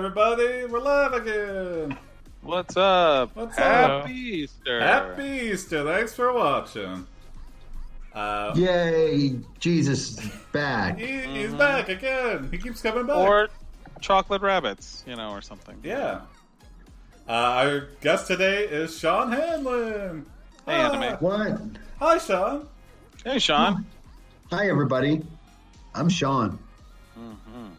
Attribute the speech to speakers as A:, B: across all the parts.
A: Hey, we're live again.
B: What's up?
A: What's
B: Happy
A: up?
B: Easter.
A: Happy Easter. Thanks for watching. Uh,
C: Yay! Jesus is back.
A: he, he's back again. He keeps coming back.
B: Mm-hmm. Or chocolate rabbits, you know, or something.
A: yeah. Uh, our guest today is Sean Hanlon.
B: Hey,
A: Hi.
B: anime.
C: What?
A: Hi, Sean.
B: Hey, Sean.
C: Hi, everybody. I'm Sean.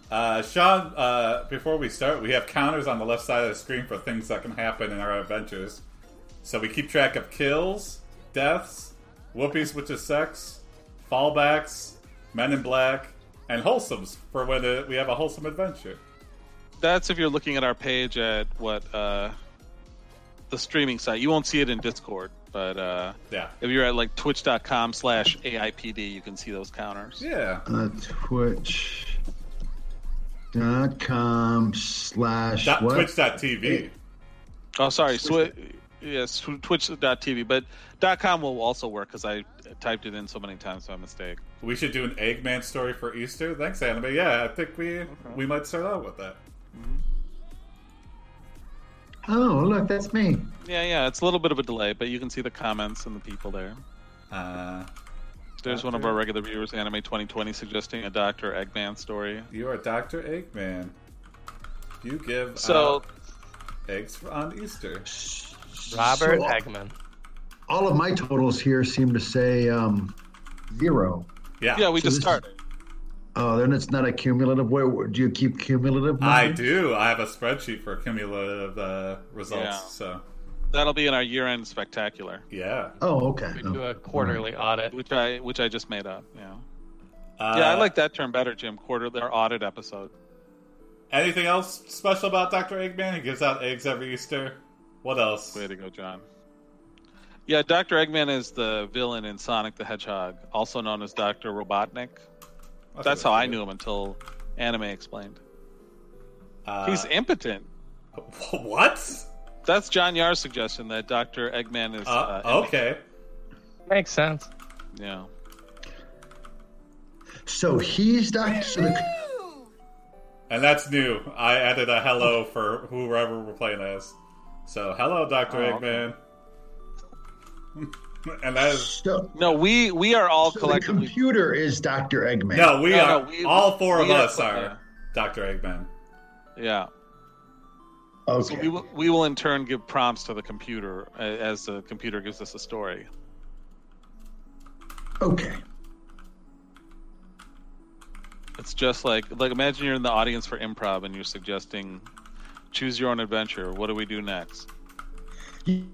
A: Uh, Sean, uh, before we start, we have counters on the left side of the screen for things that can happen in our adventures. So we keep track of kills, deaths, whoopies, which is sex, fallbacks, men in black, and wholesomes for when uh we have a wholesome adventure.
B: That's if you're looking at our page at what uh, the streaming site. You won't see it in Discord, but uh,
A: Yeah.
B: if you're at like twitch.com slash AIPD, you can see those counters.
A: Yeah.
C: Uh, Twitch.com slash
A: Dot,
C: what?
A: Twitch.tv.
B: Oh, sorry. Swi- yes, tw- twitch.tv, but dot .com will also work because I typed it in so many times by mistake.
A: We should do an Eggman story for Easter. Thanks, anime. Yeah, I think we we might start out with that.
C: Oh, look, that's me.
B: Yeah, yeah, it's a little bit of a delay, but you can see the comments and the people there.
A: Uh,
B: There's one of our regular viewers, Anime 2020, suggesting a Dr. Eggman story.
A: you are Dr. Eggman. You give
B: So,
A: out eggs for, on Easter.
D: Robert
C: So,
D: Eggman.
C: All of my totals here seem to say um, zero.
B: yeah, we just
C: So this-
B: started.
C: Oh, then it's not a cumulative. Where where- do you keep cumulative?
B: Mm-hmm.
A: I
C: numbers?
A: do. I have a spreadsheet for cumulative uh, results.
B: Yeah.
A: So
B: That'll be in our year-end spectacular,
A: yeah,
C: Oh, okay.
D: We
C: Oh.
D: do a quarterly audit.
B: which I which I just made up. Yeah,
A: uh,
B: yeah, I like that term better, Jim. Quarterly or audit episode.
A: Anything else special about Doctor Eggman? He gives out eggs every Easter. What else?
B: Way to go, John. Yeah, Dr. Eggman is the villain in Sonic the Hedgehog, also known as Dr. Robotnik. That's how I knew him until anime explained.
A: Uh,
B: He's impotent.
A: what?
B: That's John Yar's suggestion that Dr. Eggman is.
A: Uh,
B: Uh,
A: okay.
D: Makes sense.
B: impotent. Yeah.
C: So he's Dr. So the,
A: And that's new. I added a hello for whoever we're playing as. So hello, Doctor
B: Oh,
A: Eggman. and that is
C: so,
B: No, we we are all
C: so the
B: collectively.
C: computer is Dr. Eggman.
A: no, we
B: No,
A: are
B: no, we-
A: all four
B: we
A: of
B: are-
A: us are
B: yeah.
A: Doctor Eggman.
B: Yeah.
C: Okay.
B: So we will, we will in turn give prompts to the computer uh, as the computer gives us a story.
C: okay.
B: It's just like like imagine you're in the audience for improv and you're suggesting choose your own adventure. What do we do next?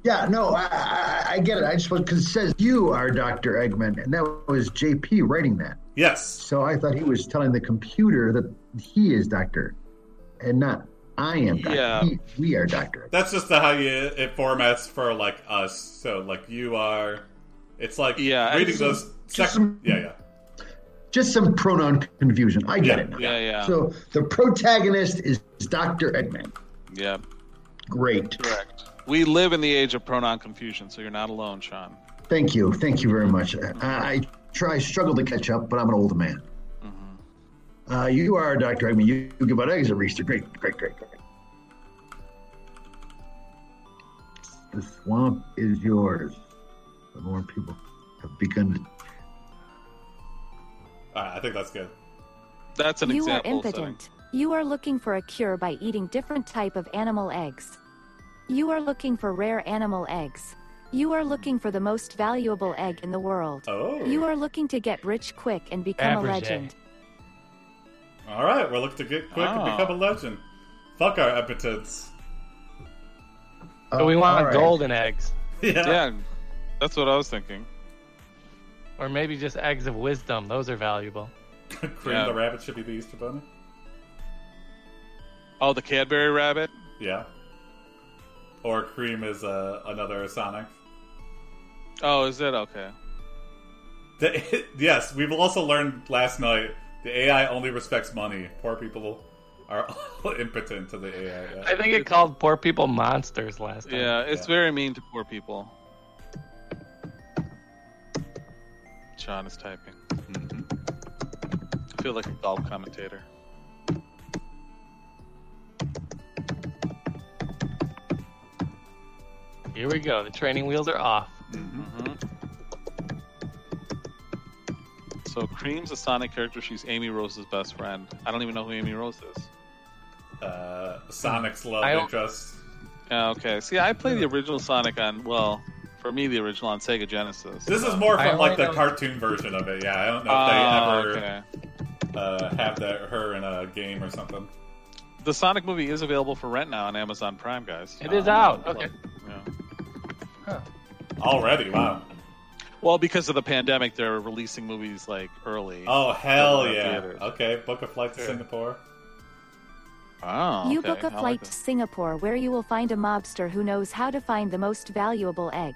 C: Yeah, no, I, I, I get it. I just was because it says you are Dr. Eggman, and that was JP writing that.
A: Yes.
C: So I thought he was telling the computer that he is Doctor, and not I am Doctor.
B: Yeah.
C: He- we are Doctor.
A: That's just the, how you it formats for like us. So like you are, it's like
B: Yeah, and
A: reading
B: some-
A: those. Sec-
C: just some-
A: yeah, yeah,
C: Just some pronoun confusion. I get
A: Yeah.
C: it. now.
B: Yeah, yeah,
C: So the protagonist is Dr. Eggman.
B: yeah.
C: Great.
B: Correct. We live in the age of pronoun confusion, so you're not alone, Sean.
C: Thank you. Thank you very much. I, I try, struggle to catch up, but I'm an old man. Uh, you are Dr. Eggman. You, you give out eggs at Easter. Great, great, great, great. The swamp is yours. The more people have begun to.
A: All right, I think that's good.
B: That's an
E: you are
B: example. setting.
E: impotent. You are looking for a cure by eating different type of animal eggs. You are looking for rare animal eggs. You are looking for the most valuable egg in the world.
B: Uh,
A: Oh,
E: You are looking to get rich quick and become
D: Average
E: a legend.
A: all right. We're looking to get quick
B: Oh.
A: and become a legend. Fuck our impotence.
D: So we
C: Uh,
D: want
C: all right.
D: golden eggs,
B: Yeah, that's what I was thinking.
D: or maybe just eggs of wisdom. Those are valuable.
A: Cream
B: Yeah.
A: the rabbit should be the Easter bunny.
B: Oh, the Cadbury rabbit.
A: Yeah. Or cream is uh, another Sonic.
B: Oh, is it okay?
A: The, yes, we've also learned last night the AI only respects money. Poor people are all impotent to the AI. yeah.
D: I think it called poor people monsters last time.
B: Yeah, it's
A: Yeah.
B: very mean to poor people. Sean is typing.
A: Mm-hmm,
B: I feel like a golf commentator.
D: Here we go. The training wheels are off.
A: mm-hmm.
B: Mm-hmm. So Cream's a Sonic character. She's Amy Rose's best friend. I don't even know who Amy Rose is.
A: Uh, Sonic's love
D: Hmm. I don't-
A: interest.
B: Yeah, okay. See, I played the original Sonic on well, for me the original on Sega Genesis.
A: This is more
D: I
A: from like
D: only
A: the
D: know-
A: cartoon version of it. Yeah, I don't know if they
B: Oh,
A: ever
B: okay.
A: uh, have that her in a game or something.
B: The Sonic movie is available for rent now on Amazon Prime, guys. Um,
D: It is out. Okay.
B: Yeah.
A: Already, wow.
B: Well, because of the pandemic, they're releasing movies like early.
A: Oh hell
B: Yeah,
A: yeah!
B: theaters.
A: Okay, book a flight to Singapore.
B: Wow,
E: You
B: Oh, okay.
E: book
B: I
E: a
B: like
E: flight to
B: that.
E: Singapore where you will find a mobster who knows how to find the most valuable egg.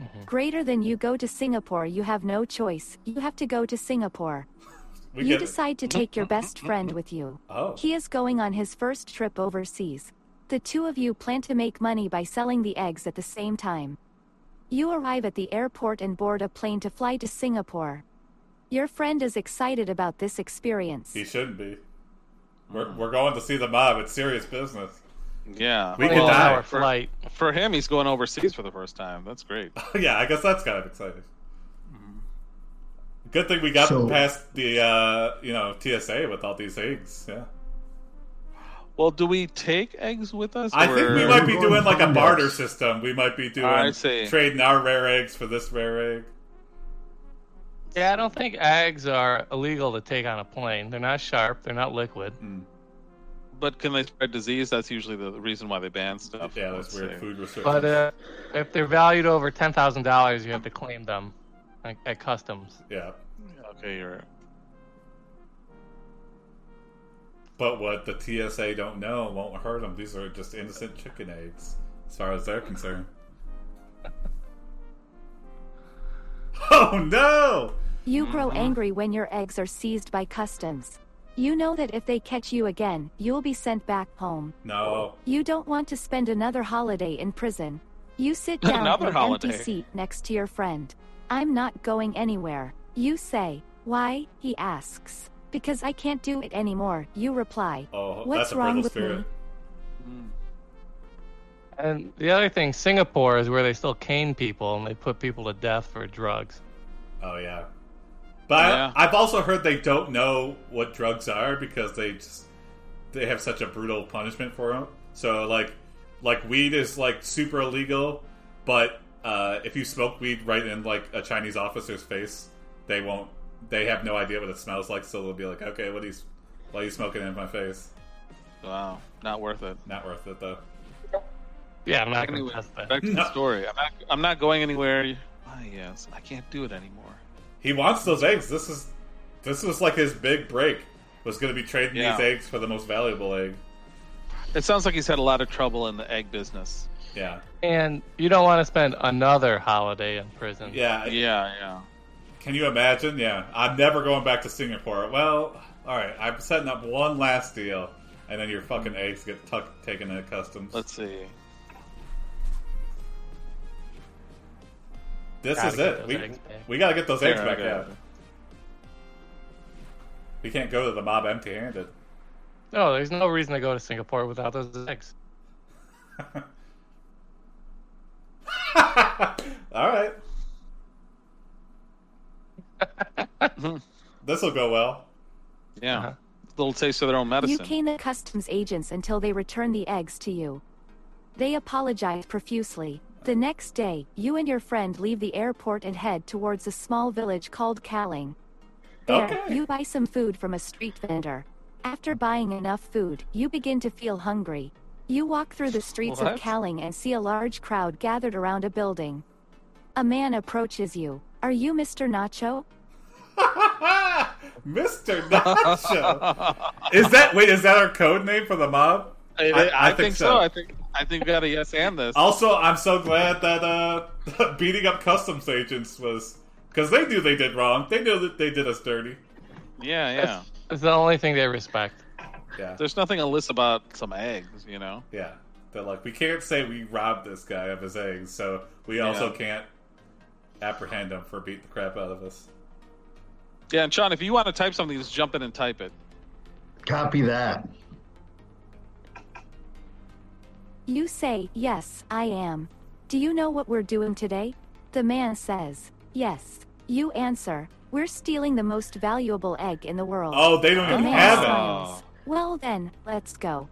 B: Mm-hmm.
E: Greater than you go to Singapore, you have no choice. You have to go to Singapore.
A: We
E: you
A: get
E: decide to take your best friend with you.
A: oh
E: He is going on his first trip overseas. The two of you plan to make money by selling the eggs at the same time. You arrive at the airport and board a plane to fly to Singapore. Your friend is excited about this experience.
A: he shouldn't be. We're, we're going to see the mob. It's serious business.
B: Yeah.
A: We
D: Only
A: could
D: an
A: die.
D: hour flight.
B: For him, he's going overseas for the first time. That's great.
A: yeah, I guess that's kind of exciting. Good thing we got
C: So-
A: past the uh, you know TSA with all these eggs. Yeah,
B: Well, do we take eggs with us?
A: I think we
B: or-
A: might be
C: We're going
A: doing like a
C: Hondas.
A: barter system. We might be
B: I
A: doing
B: see.
A: trading our rare eggs for this rare egg.
D: Yeah, I don't think eggs are illegal to take on a plane. They're not sharp. They're not liquid.
B: But can they spread disease? That's usually the reason why they ban stuff.
A: Yeah, that's
B: Let's
A: weird
B: see.
A: food restrictions.
D: But uh, if they're valued over ten thousand dollars, you have to claim them like, at customs.
A: yeah,
B: Okay, you're right.
A: but what the TSA don't know won't hurt them. These are just innocent chicken eggs, as far as they're concerned. oh no!
E: You grow
A: Mm-hmm.
E: angry when your eggs are seized by customs. You know that if they catch you again, you'll be sent back home.
A: No.
E: You don't want to spend another holiday in prison. You sit down
B: Another
E: in an
B: holiday.
E: empty seat next to your friend. I'm not going anywhere. You say, Why? He asks. Because I can't do it anymore, you reply.
A: Oh,
E: What's
A: that's a brittle
E: wrong with
A: spirit.
E: me?
B: Hmm.
D: And the other thing, Singapore is where they still cane people and they put people to death for drugs.
A: Oh yeah, but
B: Oh, Yeah.
A: I've also heard they don't know what drugs are because they just they have such a brutal punishment for them. So like like weed is like super illegal, but uh, if you smoke weed right in like a Chinese officer's face, they won't. They have no idea what it smells like, so they'll be like, "Okay, what are you, why are you smoking in my face?"
B: Wow, not worth it.
A: Not worth it though.
D: Yeah, I'm not going
B: Anyway,
D: to test that.
B: back to
A: No.
B: the story. I'm not, I'm not going anywhere. Ah, yes, I can't do it anymore.
A: He wants those eggs. This is this was like his big break. Was going to be trading
B: Yeah.
A: these eggs for the most valuable egg.
B: It sounds like he's had a lot of trouble in the egg business.
A: Yeah,
D: And you don't want to spend another holiday in prison.
A: yeah.
B: Yeah, yeah.
A: Can you imagine? Yeah, I'm never going back to Singapore. Well, all right, I'm setting up one last deal, and then your fucking eggs get tuck- taken at customs.
B: Let's see.
A: this
D: Gotta
A: is
D: get
A: it.
D: those
A: We,
D: eggs back.
A: we gotta get those eggs
B: There,
A: back
B: okay.
A: out. We can't go to the mob empty-handed.
D: No, there's no reason to go to Singapore without those eggs.
A: all right, this will go well.
B: Yeah.
D: Uh-huh.
B: Little taste of their own medicine.
E: You cane the customs agents until they return the eggs to you. They apologize profusely. The next day, you and your friend leave the airport and head towards a small village called Kaling. There,
A: Okay.
E: you buy some food from a street vendor. After buying enough food, you begin to feel hungry. You walk through the streets
B: What?
E: of Kaling and see a large crowd gathered around a building. A man approaches you. Are you Mr. Nacho?
A: Mr. Nacho. is that wait? Is that our code name for the mob?
B: I, I think, so.
A: so.
B: I think I think we got a yes and this.
A: Also, I'm so glad that uh, beating up customs agents was because they knew they did wrong. They knew that they did us dirty.
B: yeah, yeah.
D: It's the only thing they respect.
A: Yeah,
B: There's nothing illicit about some eggs, you know.
A: yeah. They're like, we can't say we robbed this guy of his eggs, so we also
B: Yeah.
A: can't apprehend him for beating the crap out of us.
B: Yeah, and Sean, if you want to type something, just jump in and type it.
C: Copy that.
E: You say, Yes, I am. Do you know what we're doing today? The man says, Yes. You answer, We're stealing the most valuable egg in the world.
A: Oh, they don't
E: the
A: even
E: man
A: have
B: Oh.
E: smiles. Well then, let's go.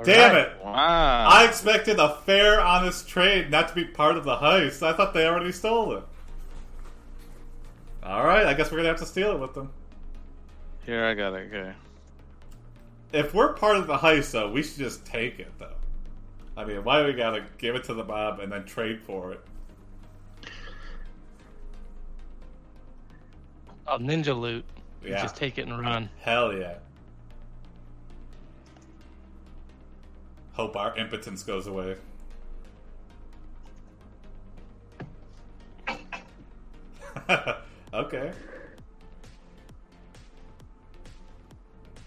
A: it. Damn
D: Alright.
A: it!
B: Wow.
A: I expected a fair, honest trade not to be part of the heist. I thought they already stole it. Alright, I guess we're gonna have to steal it with them.
B: Here, I got it. Okay.
A: If we're part of the heist, though, we should just take it, though. I mean, why do we gotta give it to the mob and then trade for it?
D: Oh, ninja loot. You
A: Yeah.
D: Just take it and run.
A: Hell yeah. Hope our impotence goes away. okay.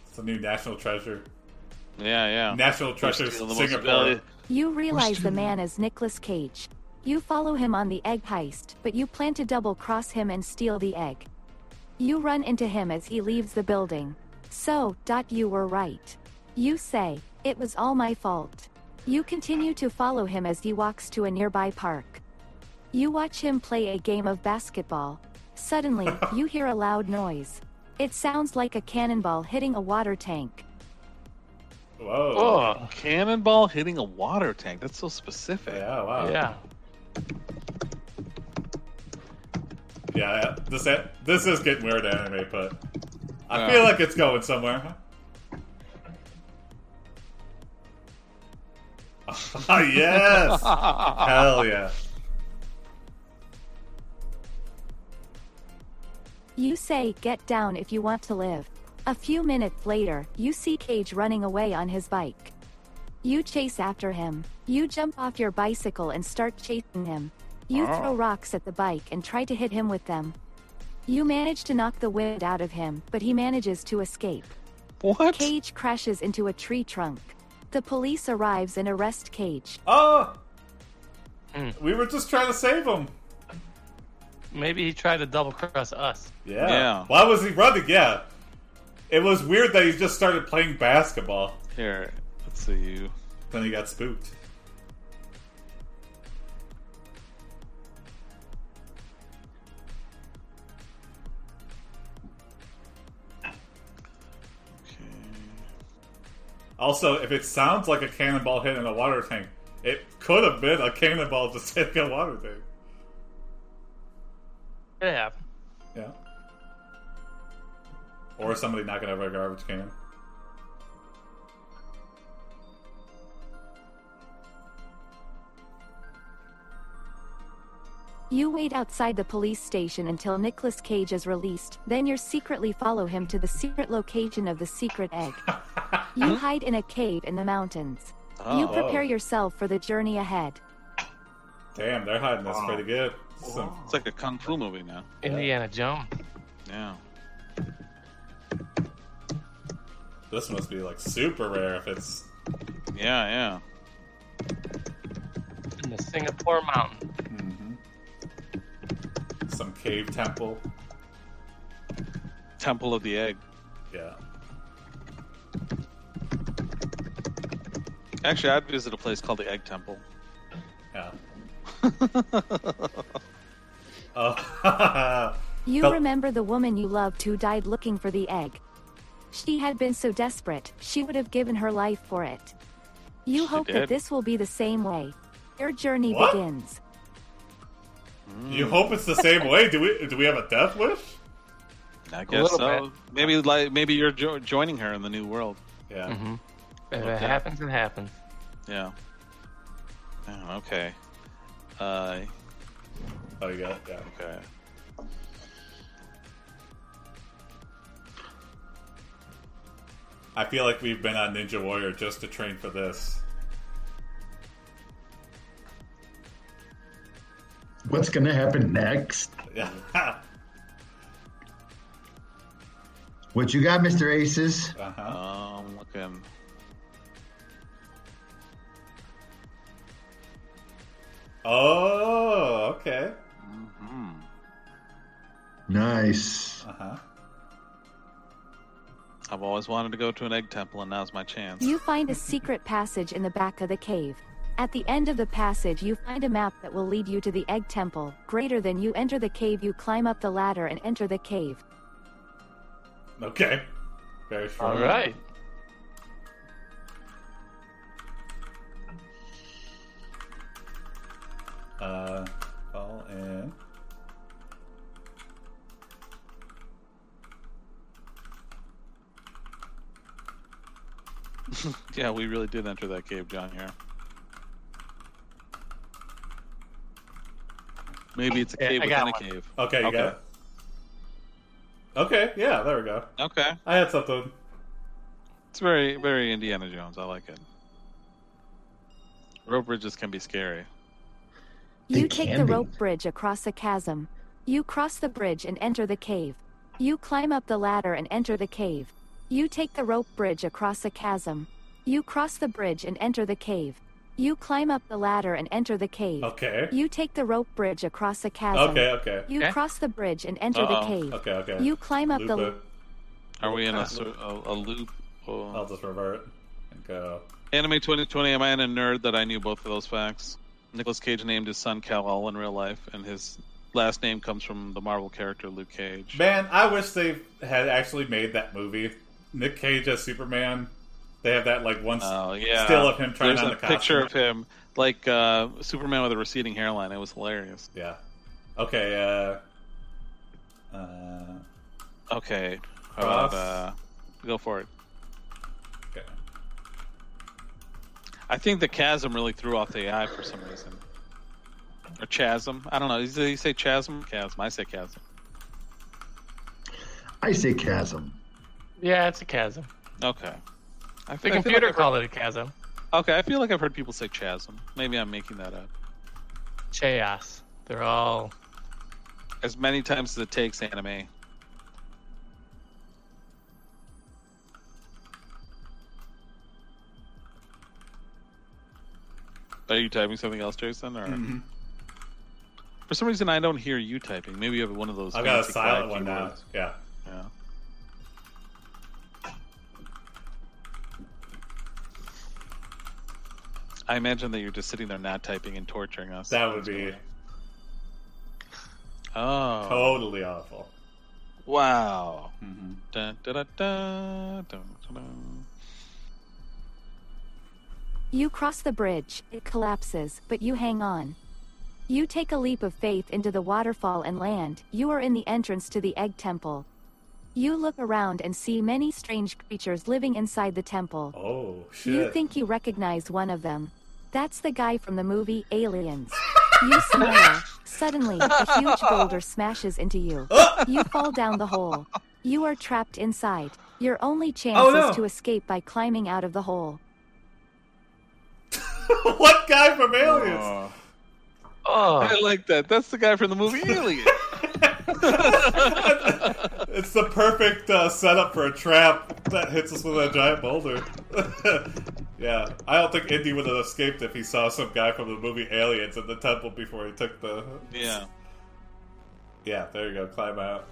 A: It's a new national treasure.
B: Yeah, yeah.
A: National
B: We're
A: treasure
B: stealing the most
A: Singapore.
B: valu-
E: You realize the
C: doing
E: man is Nicolas Cage. You follow him on the egg heist, but you plan to double cross him and steal the egg. You run into him as he leaves the building. So, Dot, you were right. You say, It was all my fault. You continue to follow him as he walks to a nearby park. You watch him play a game of basketball. Suddenly, you hear a loud noise. It sounds like a cannonball hitting a water tank.
A: Whoa.
B: Oh, cannonball hitting a water tank. That's so specific.
A: Yeah, wow.
D: Yeah.
A: Yeah, this this is getting weird anime, but I
B: Yeah.
A: feel like it's going somewhere. Ah yes, hell yeah!
E: You say, get down if you want to live. A few minutes later, you see Cage running away on his bike. You chase after him. You jump off your bicycle and start chasing him. You
B: Wow.
E: throw rocks at the bike and try to hit him with them. You manage to knock the wind out of him, but he manages to escape.
B: What?
E: Cage crashes into a tree trunk. The police arrives and arrest Cage.
A: Oh,
D: Mm.
A: we were just trying to save him.
D: Maybe he tried to double cross us.
A: Yeah.
B: Yeah.
A: Why was he running? Yeah. It was weird that he just started playing basketball.
B: Here, let's see you.
A: Then he got spooked.
B: Okay.
A: Also, if it sounds like a cannonball hitting a water tank, it could have been a cannonball just hitting a water tank.
D: Could have.
A: Yeah. Or somebody knocking over a garbage can.
E: You wait outside the police station until Nicolas Cage is released, then you secretly follow him to the secret location of the secret egg. you hide in a cave in the mountains.
B: Oh,
E: you prepare
A: wow.
E: yourself for the journey ahead.
A: Damn, they're hiding this pretty good. So-
B: it's like a kung fu movie now.
D: Indiana Jones.
B: Yeah.
A: this must be like super rare if it's.
B: Yeah, yeah.
D: In the Singapore mountain.
A: some cave temple.
B: Temple of the Egg.
A: Yeah.
B: Actually, I'd visit a place called the Egg Temple.
A: Yeah. oh.
E: You
A: But-
E: remember the woman you loved who died looking for the egg. She had been so desperate, she would have given her life for it. You
B: She
E: hope that
B: did.
E: this will be the same way. Your journey
A: What?
E: begins.
A: you
B: Hmm,
A: hope it's the same way? Do we do we have a death wish?
B: I guess
D: little
B: so. Maybe like maybe you're jo- joining her in the new world.
A: Yeah.
D: hmm If
B: Okay.
D: it happens, it happens.
B: Yeah. Yeah, okay. Uh,
A: Oh, you got it. Yeah.
B: okay.
A: I feel like we've been on Ninja Warrior just to train for this.
C: What's going to happen next?
A: Yeah.
C: What you got, Mr. Aces?
A: uh-huh.
B: Um, looking.
A: Oh, okay.
B: hmm
C: Nice.
A: Uh huh.
B: I've always wanted to go to an egg temple, and now's my chance.
E: You find a secret passage in the back of the cave. At the end of the passage, you find a map that will lead you to the egg temple. Greater than you enter the cave, you climb up the ladder and enter the cave.
A: Okay. Very short.
D: All right.
A: Uh, fall in.
B: Yeah, we really did enter that cave down here. Maybe it's a
D: Yeah,
B: cave
D: I
B: within
D: got
B: a
D: one.
B: cave.
A: Okay, you got it.
B: Okay.
A: Okay, yeah, there we go.
B: Okay.
A: I had something.
B: It's very, very Indiana Jones. I like it. Rope bridges can be scary.
E: You
C: They
E: take
C: can
E: the
C: be.
E: rope bridge across a chasm. You cross the bridge and enter the cave. You climb up the ladder and enter the cave. You take the rope bridge across a chasm. You cross the bridge and enter the cave. You climb up the ladder and enter the cave.
A: Okay.
E: You take the rope bridge across a chasm.
A: Okay, okay.
E: You
D: Okay.
E: cross the bridge and enter the
B: Uh-oh.
E: cave.
A: Okay, okay.
E: You climb up
A: Loop
E: the.
A: it.
B: Are we in a,
A: Okay.
B: cir- a, a loop? Oh.
A: I'll just revert and go.
B: Anime 2020, am I in a nerd that I knew both of those facts? Nicolas Cage named his son Kal-El in real life, and his last name comes from the Marvel character Luke Cage.
A: Man, I wish they had actually made that movie. Nick Cage as Superman. They have that like one
B: Oh, yeah.
A: still of him trying
B: There's
A: on
B: a
A: the costume.
B: picture of him, like uh, Superman with a receding hairline. It was hilarious.
A: Yeah. Okay, uh uh
B: Okay. How about,
A: Cross.
B: uh, go for it.
A: okay.
B: I think the chasm really threw off the AI for some reason. Or chasm. I don't know. Does he say chasm? Chasm. I say chasm.
C: I say chasm.
D: Yeah, it's a chasm.
B: Okay. I
D: The
B: think I feel
D: computer
B: like I've heard-
D: called it a chasm.
B: okay, I feel like I've heard people say chasm. Maybe I'm making that up.
D: Chaos. They're all.
B: As many times as it takes anime. Are you typing something else, Jason? Or
A: Mm-hmm.
B: for some reason I don't hear you typing. Maybe you have one of those.
A: I've got a
B: fancy quiet
A: silent one now.
B: keyboards.
A: Yeah.
B: Yeah. I imagine that you're just sitting there not typing and torturing us.
A: That would be
B: Oh.
A: totally awful.
B: Wow.
A: hmm
B: Dun, dun, dun, dun, dun, dun, dun.
E: You cross the bridge, it collapses, but you hang on. You take a leap of faith into the waterfall and land, you are in the entrance to the egg temple. You look around and see many strange creatures living inside the temple.
A: Oh shit.
E: You think you recognize one of them. That's the guy from the movie Aliens. You smile. Suddenly, a huge boulder smashes into you. You fall down the hole. You are trapped inside. Your only chance
A: Oh, no.
E: is to escape by climbing out of the hole.
A: what guy from Aliens?
B: Oh.
D: Oh,
B: I like that. That's the guy from the movie Alien.
A: It's the perfect uh, setup for a trap that hits us with a giant boulder. yeah, I don't think Indy would have escaped if he saw some guy from the movie Aliens in the temple before he took the.
B: yeah.
A: Yeah, there you go. Climb out.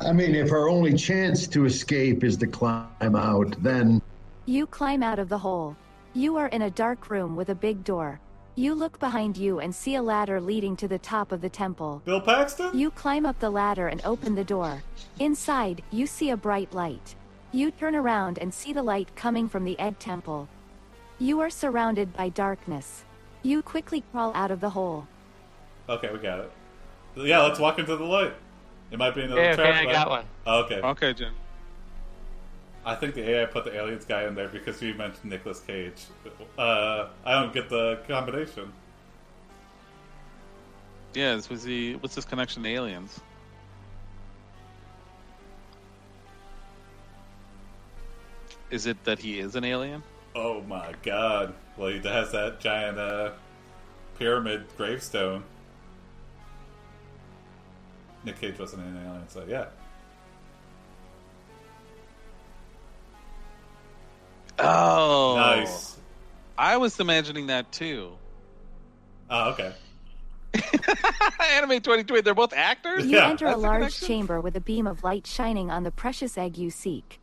C: I mean, if our only chance to escape is to climb out, then
E: You climb out of the hole. You are in a dark room with a big door. You look behind you and see a ladder leading to the top of the temple.
A: Bill Paxton?
E: You climb up the ladder and open the door. Inside, you see a bright light. You turn around and see the light coming from the egg temple. You are surrounded by darkness. You quickly crawl out of the hole.
A: Okay, we got it. Yeah, let's walk into the light. It might be another
D: yeah,
A: trap.
D: okay, I
A: but-
D: got one.
A: Oh, okay.
B: Okay, Jim.
A: I think the AI put the aliens guy in there because you mentioned Nicolas Cage. Uh, I don't get the combination.
B: Yeah, this was the what's his connection to aliens? Is it that he is an alien?
A: Oh my god. Well, he has that giant uh, pyramid gravestone. Nick Cage wasn't an alien, so yeah.
B: Oh,
A: Nice.
B: I was imagining that too.
A: Oh, okay.
B: Anime twenty twenty. They're both actors.
E: You
A: Yeah,
E: enter a
B: that's the
E: large
B: connection.
E: chamber with a beam of light shining on the precious egg you seek.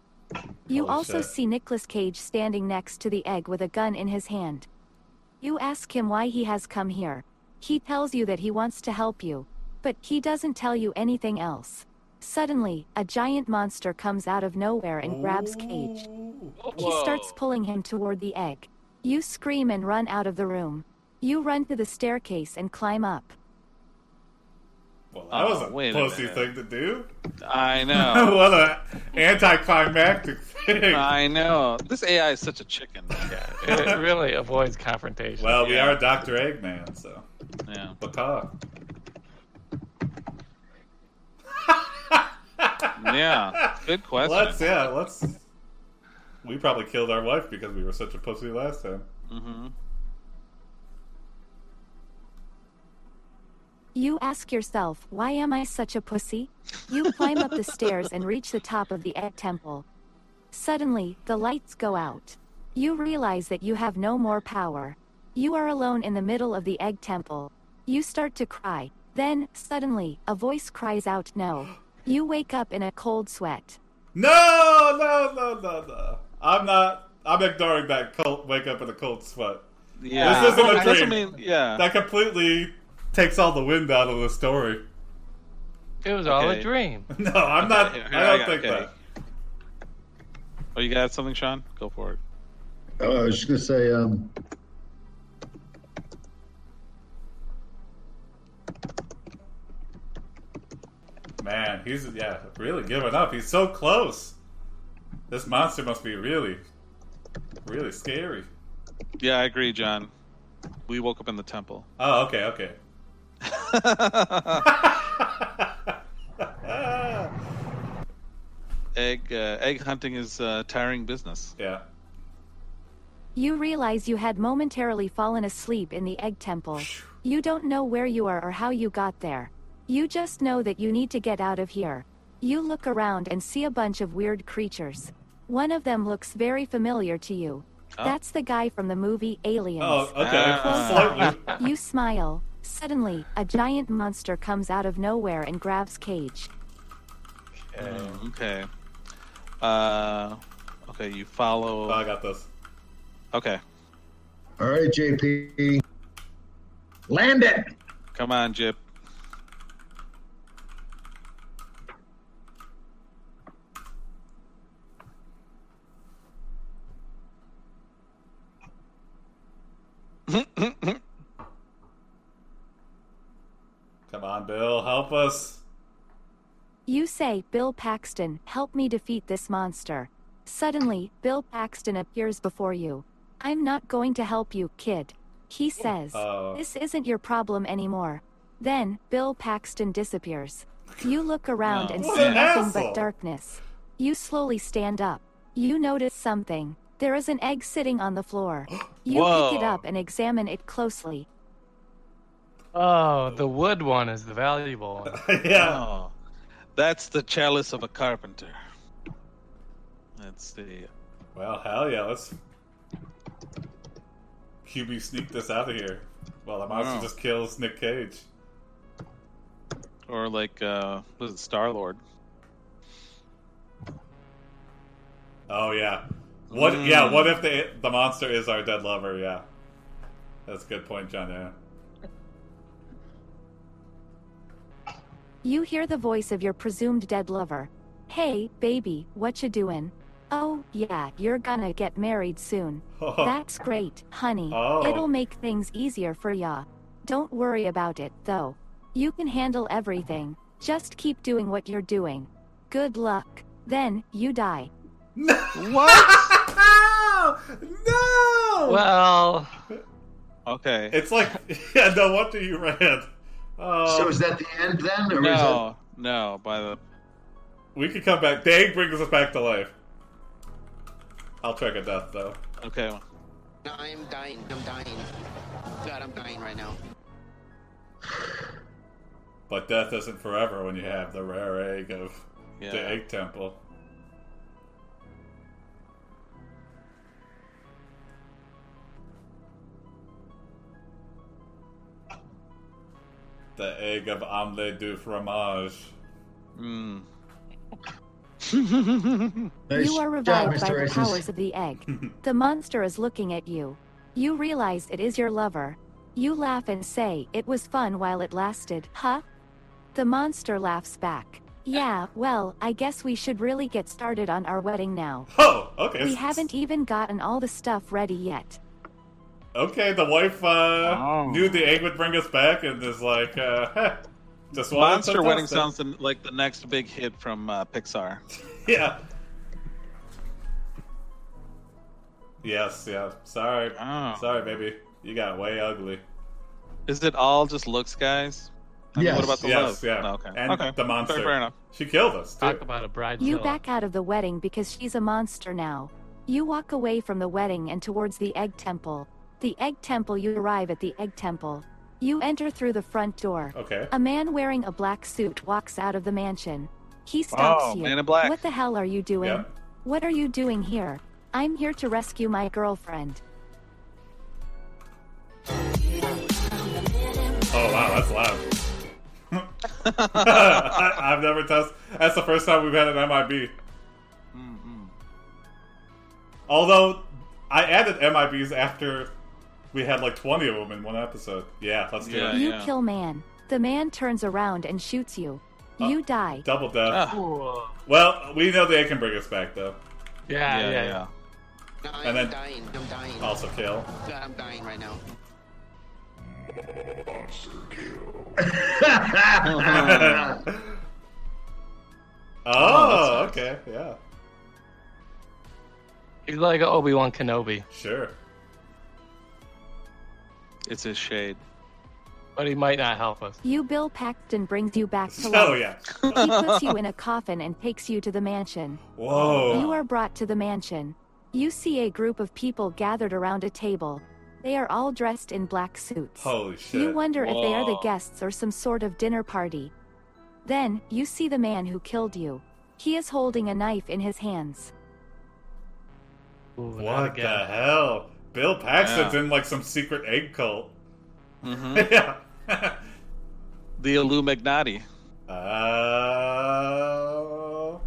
E: You
A: Holy
E: also
A: shit.
E: see Nicolas Cage standing next to the egg with a gun in his hand. You ask him why he has come here. He tells you that he wants to help you, but he doesn't tell you anything else. Suddenly, a giant monster comes out of nowhere and grabs Cage. He starts pulling him toward the egg. You scream and run out of the room. You run to the staircase and climb up.
A: Well, that was
B: Oh, wait
A: a
B: a
A: pussy
B: minute. Oh.
A: thing to do.
B: I know.
A: what a anticlimactic thing.
B: I know. This AI is such a chicken. Yeah.
D: It really avoids confrontation.
A: well, we
B: yeah.
A: are Dr. Eggman, so.
B: yeah.
A: Macaw.
B: Yeah. Good question.
A: Let's, yeah, let's. We probably killed our wife because we were such a pussy last time.
B: hmm
E: You ask yourself, why am I such a pussy? You climb up the stairs and reach the top of the egg temple. Suddenly, the lights go out. You realize that you have no more power. You are alone in the middle of the egg temple. You start to cry. Then, suddenly, a voice cries out, No. You wake up in a cold sweat.
A: No, no, no, no, no. I'm not. I'm ignoring that cold wake up in a cold sweat.
B: Yeah.
A: This isn't a
B: That doesn't
A: dream.
B: mean- yeah.
A: That completely takes all the wind out of the story.
D: It was all
B: Okay.
D: a dream.
A: No, I'm not.
B: here, here,
A: I
B: I
A: don't
B: got-
A: think
B: okay.
A: that.
B: oh, you got something, Sean? Go for it.
C: Oh, I was just gonna say, um,
A: Man, he's yeah, really giving up. He's so close. This monster must be really, really scary.
B: Yeah, I agree, John. We woke up in the temple.
A: Oh, okay, okay.
B: egg uh, egg hunting is uh, tiring business.
A: yeah.
E: You realize you had momentarily fallen asleep in the egg temple. You don't know where you are or how you got there. You just know that you need to get out of here. You look around and see a bunch of weird creatures. One of them looks very familiar to you. That's the guy from the movie Aliens.
A: Oh,
B: Ah.
A: okay. Slightly.
E: You smile. Suddenly, a giant monster comes out of nowhere and grabs Cage.
B: Oh, Okay. Uh, okay, you
A: Oh, I
B: follow.
A: got this.
B: Okay,
C: all right, JP, land it.
B: come on, Jip.
A: Come on, Bill, help us.
E: You say, Bill Paxton, help me defeat this monster. Suddenly, Bill Paxton appears before you. I'm not going to help you, kid. He says,
A: Oh.
E: This isn't your problem anymore. Then, Bill Paxton disappears. You look around
B: Oh,
E: and
A: what
E: see
A: an
E: nothing
A: asshole.
E: but darkness. You slowly stand up. You notice something. There is an egg sitting on the floor. You pick it
B: Whoa.
E: up and examine it closely.
D: Oh, the wood one is the valuable one.
A: yeah.
B: Oh, that's the chalice of a carpenter. Let's see.
A: Well, hell yeah. Let's QB sneak this out of here. Well, the monster
B: Wow.
A: just kills Nick Cage.
B: Or like, uh, was it Star Lord?
A: Oh yeah. What?
B: Mm.
A: Yeah. What if the the monster is our dead lover? Yeah. That's a good point, John. Yeah.
E: You hear the voice of your presumed dead lover. Hey, baby, what you doin'? Oh, yeah, you're gonna get married soon. That's great, honey.
A: Oh.
E: It'll make things easier for ya. Don't worry about it, though. You can handle everything. Just keep doing what you're doing. Good luck. Then, you die.
B: What?
A: no! No!
D: Well,
B: okay.
A: It's like, yeah, no wonder you ran. Oh,
C: So is that the end then, or is that
B: no, no. By the
A: we could come back. Dang brings us back to life. I'll track a death, though.
B: okay.
F: No, I'm dying. I'm dying. God, I'm dying right now.
A: But death isn't forever when you have the rare egg of
B: Yeah.
A: the egg temple. The egg of omelette du fromage.
B: Mm.
C: nice
E: you are
C: job,
E: revived by
C: Mr.
E: the
C: Aces.
E: powers of the egg. the monster is looking at you. You realize it is your lover. You laugh and say, It was fun while it lasted, huh? The monster laughs back. Yeah, well, I guess we should really get started on our wedding now.
A: Oh, okay.
E: We haven't even gotten all the stuff ready yet.
A: Okay, the wife uh,
B: Oh.
A: knew the egg would bring us back and is like, uh, just wanted
B: Monster
A: some
B: Wedding
A: dust.
B: sounds the- like the next big hit from uh, Pixar.
A: Yeah. Yes, yeah. Sorry.
B: Oh.
A: Sorry, baby. You got way ugly.
B: Is it all just looks, guys? I mean,
C: Yes.
B: what about the
A: yes,
B: love?
A: yeah.
B: Oh, okay.
A: And
B: okay.
A: the monster.
B: Fair, fair enough.
A: She killed us, too.
D: Talk about a bridezilla.
E: You back out of the wedding because she's a monster now. You walk away from the wedding and towards the egg temple. The egg temple, you arrive at the egg temple. You enter through the front door.
A: okay.
E: A man wearing a black suit walks out of the mansion. He stops
B: Oh,
E: you.
B: Man in Black.
E: What the hell are you doing?
A: Yeah.
E: What are you doing here? I'm here to rescue my girlfriend.
A: Oh, wow. That's loud. I, I've never tested. That's the first time we've had an MIB.
B: Mm-hmm.
A: Although, I added MIBs after we had like 20 of them in one episode. Yeah, let's do
B: Yeah.
A: it.
E: you kill man. The man turns around and shoots you.
B: Uh.
E: You die.
A: Double death.
B: Ah.
D: Ooh.
A: Well, we know they can bring us back, though.
D: Yeah, Ah, yeah, yeah.
A: And then-
F: I'm
A: Oh.
F: dying. I'm dying.
A: Also, kill.
F: God, I'm dying right now.
A: Oh, okay, yeah,
D: He's like Obi Wan Kenobi,
A: sure.
B: It's his shade.
D: but he might not help us.
E: You Bill Paxton brings you back to
A: Oh,
E: life.
A: yeah.
E: He puts you in a coffin and takes you to the mansion. You
B: Oh.
A: Whoa.
E: are brought to the mansion. You see a group of people gathered around a table. They are all dressed in black suits.
B: Oh,
A: Holy
E: You
A: shit.
E: wonder if they are the
B: Whoa.
E: guests or some sort of dinner party. Then, you see the man who killed you. He is holding a knife in his hands.
D: Ooh, not
A: What the
D: again.
A: hell? Bill Paxton's
B: Yeah.
A: in like some secret egg cult.
B: hmm
A: yeah.
B: the Illuminati.
A: Oh.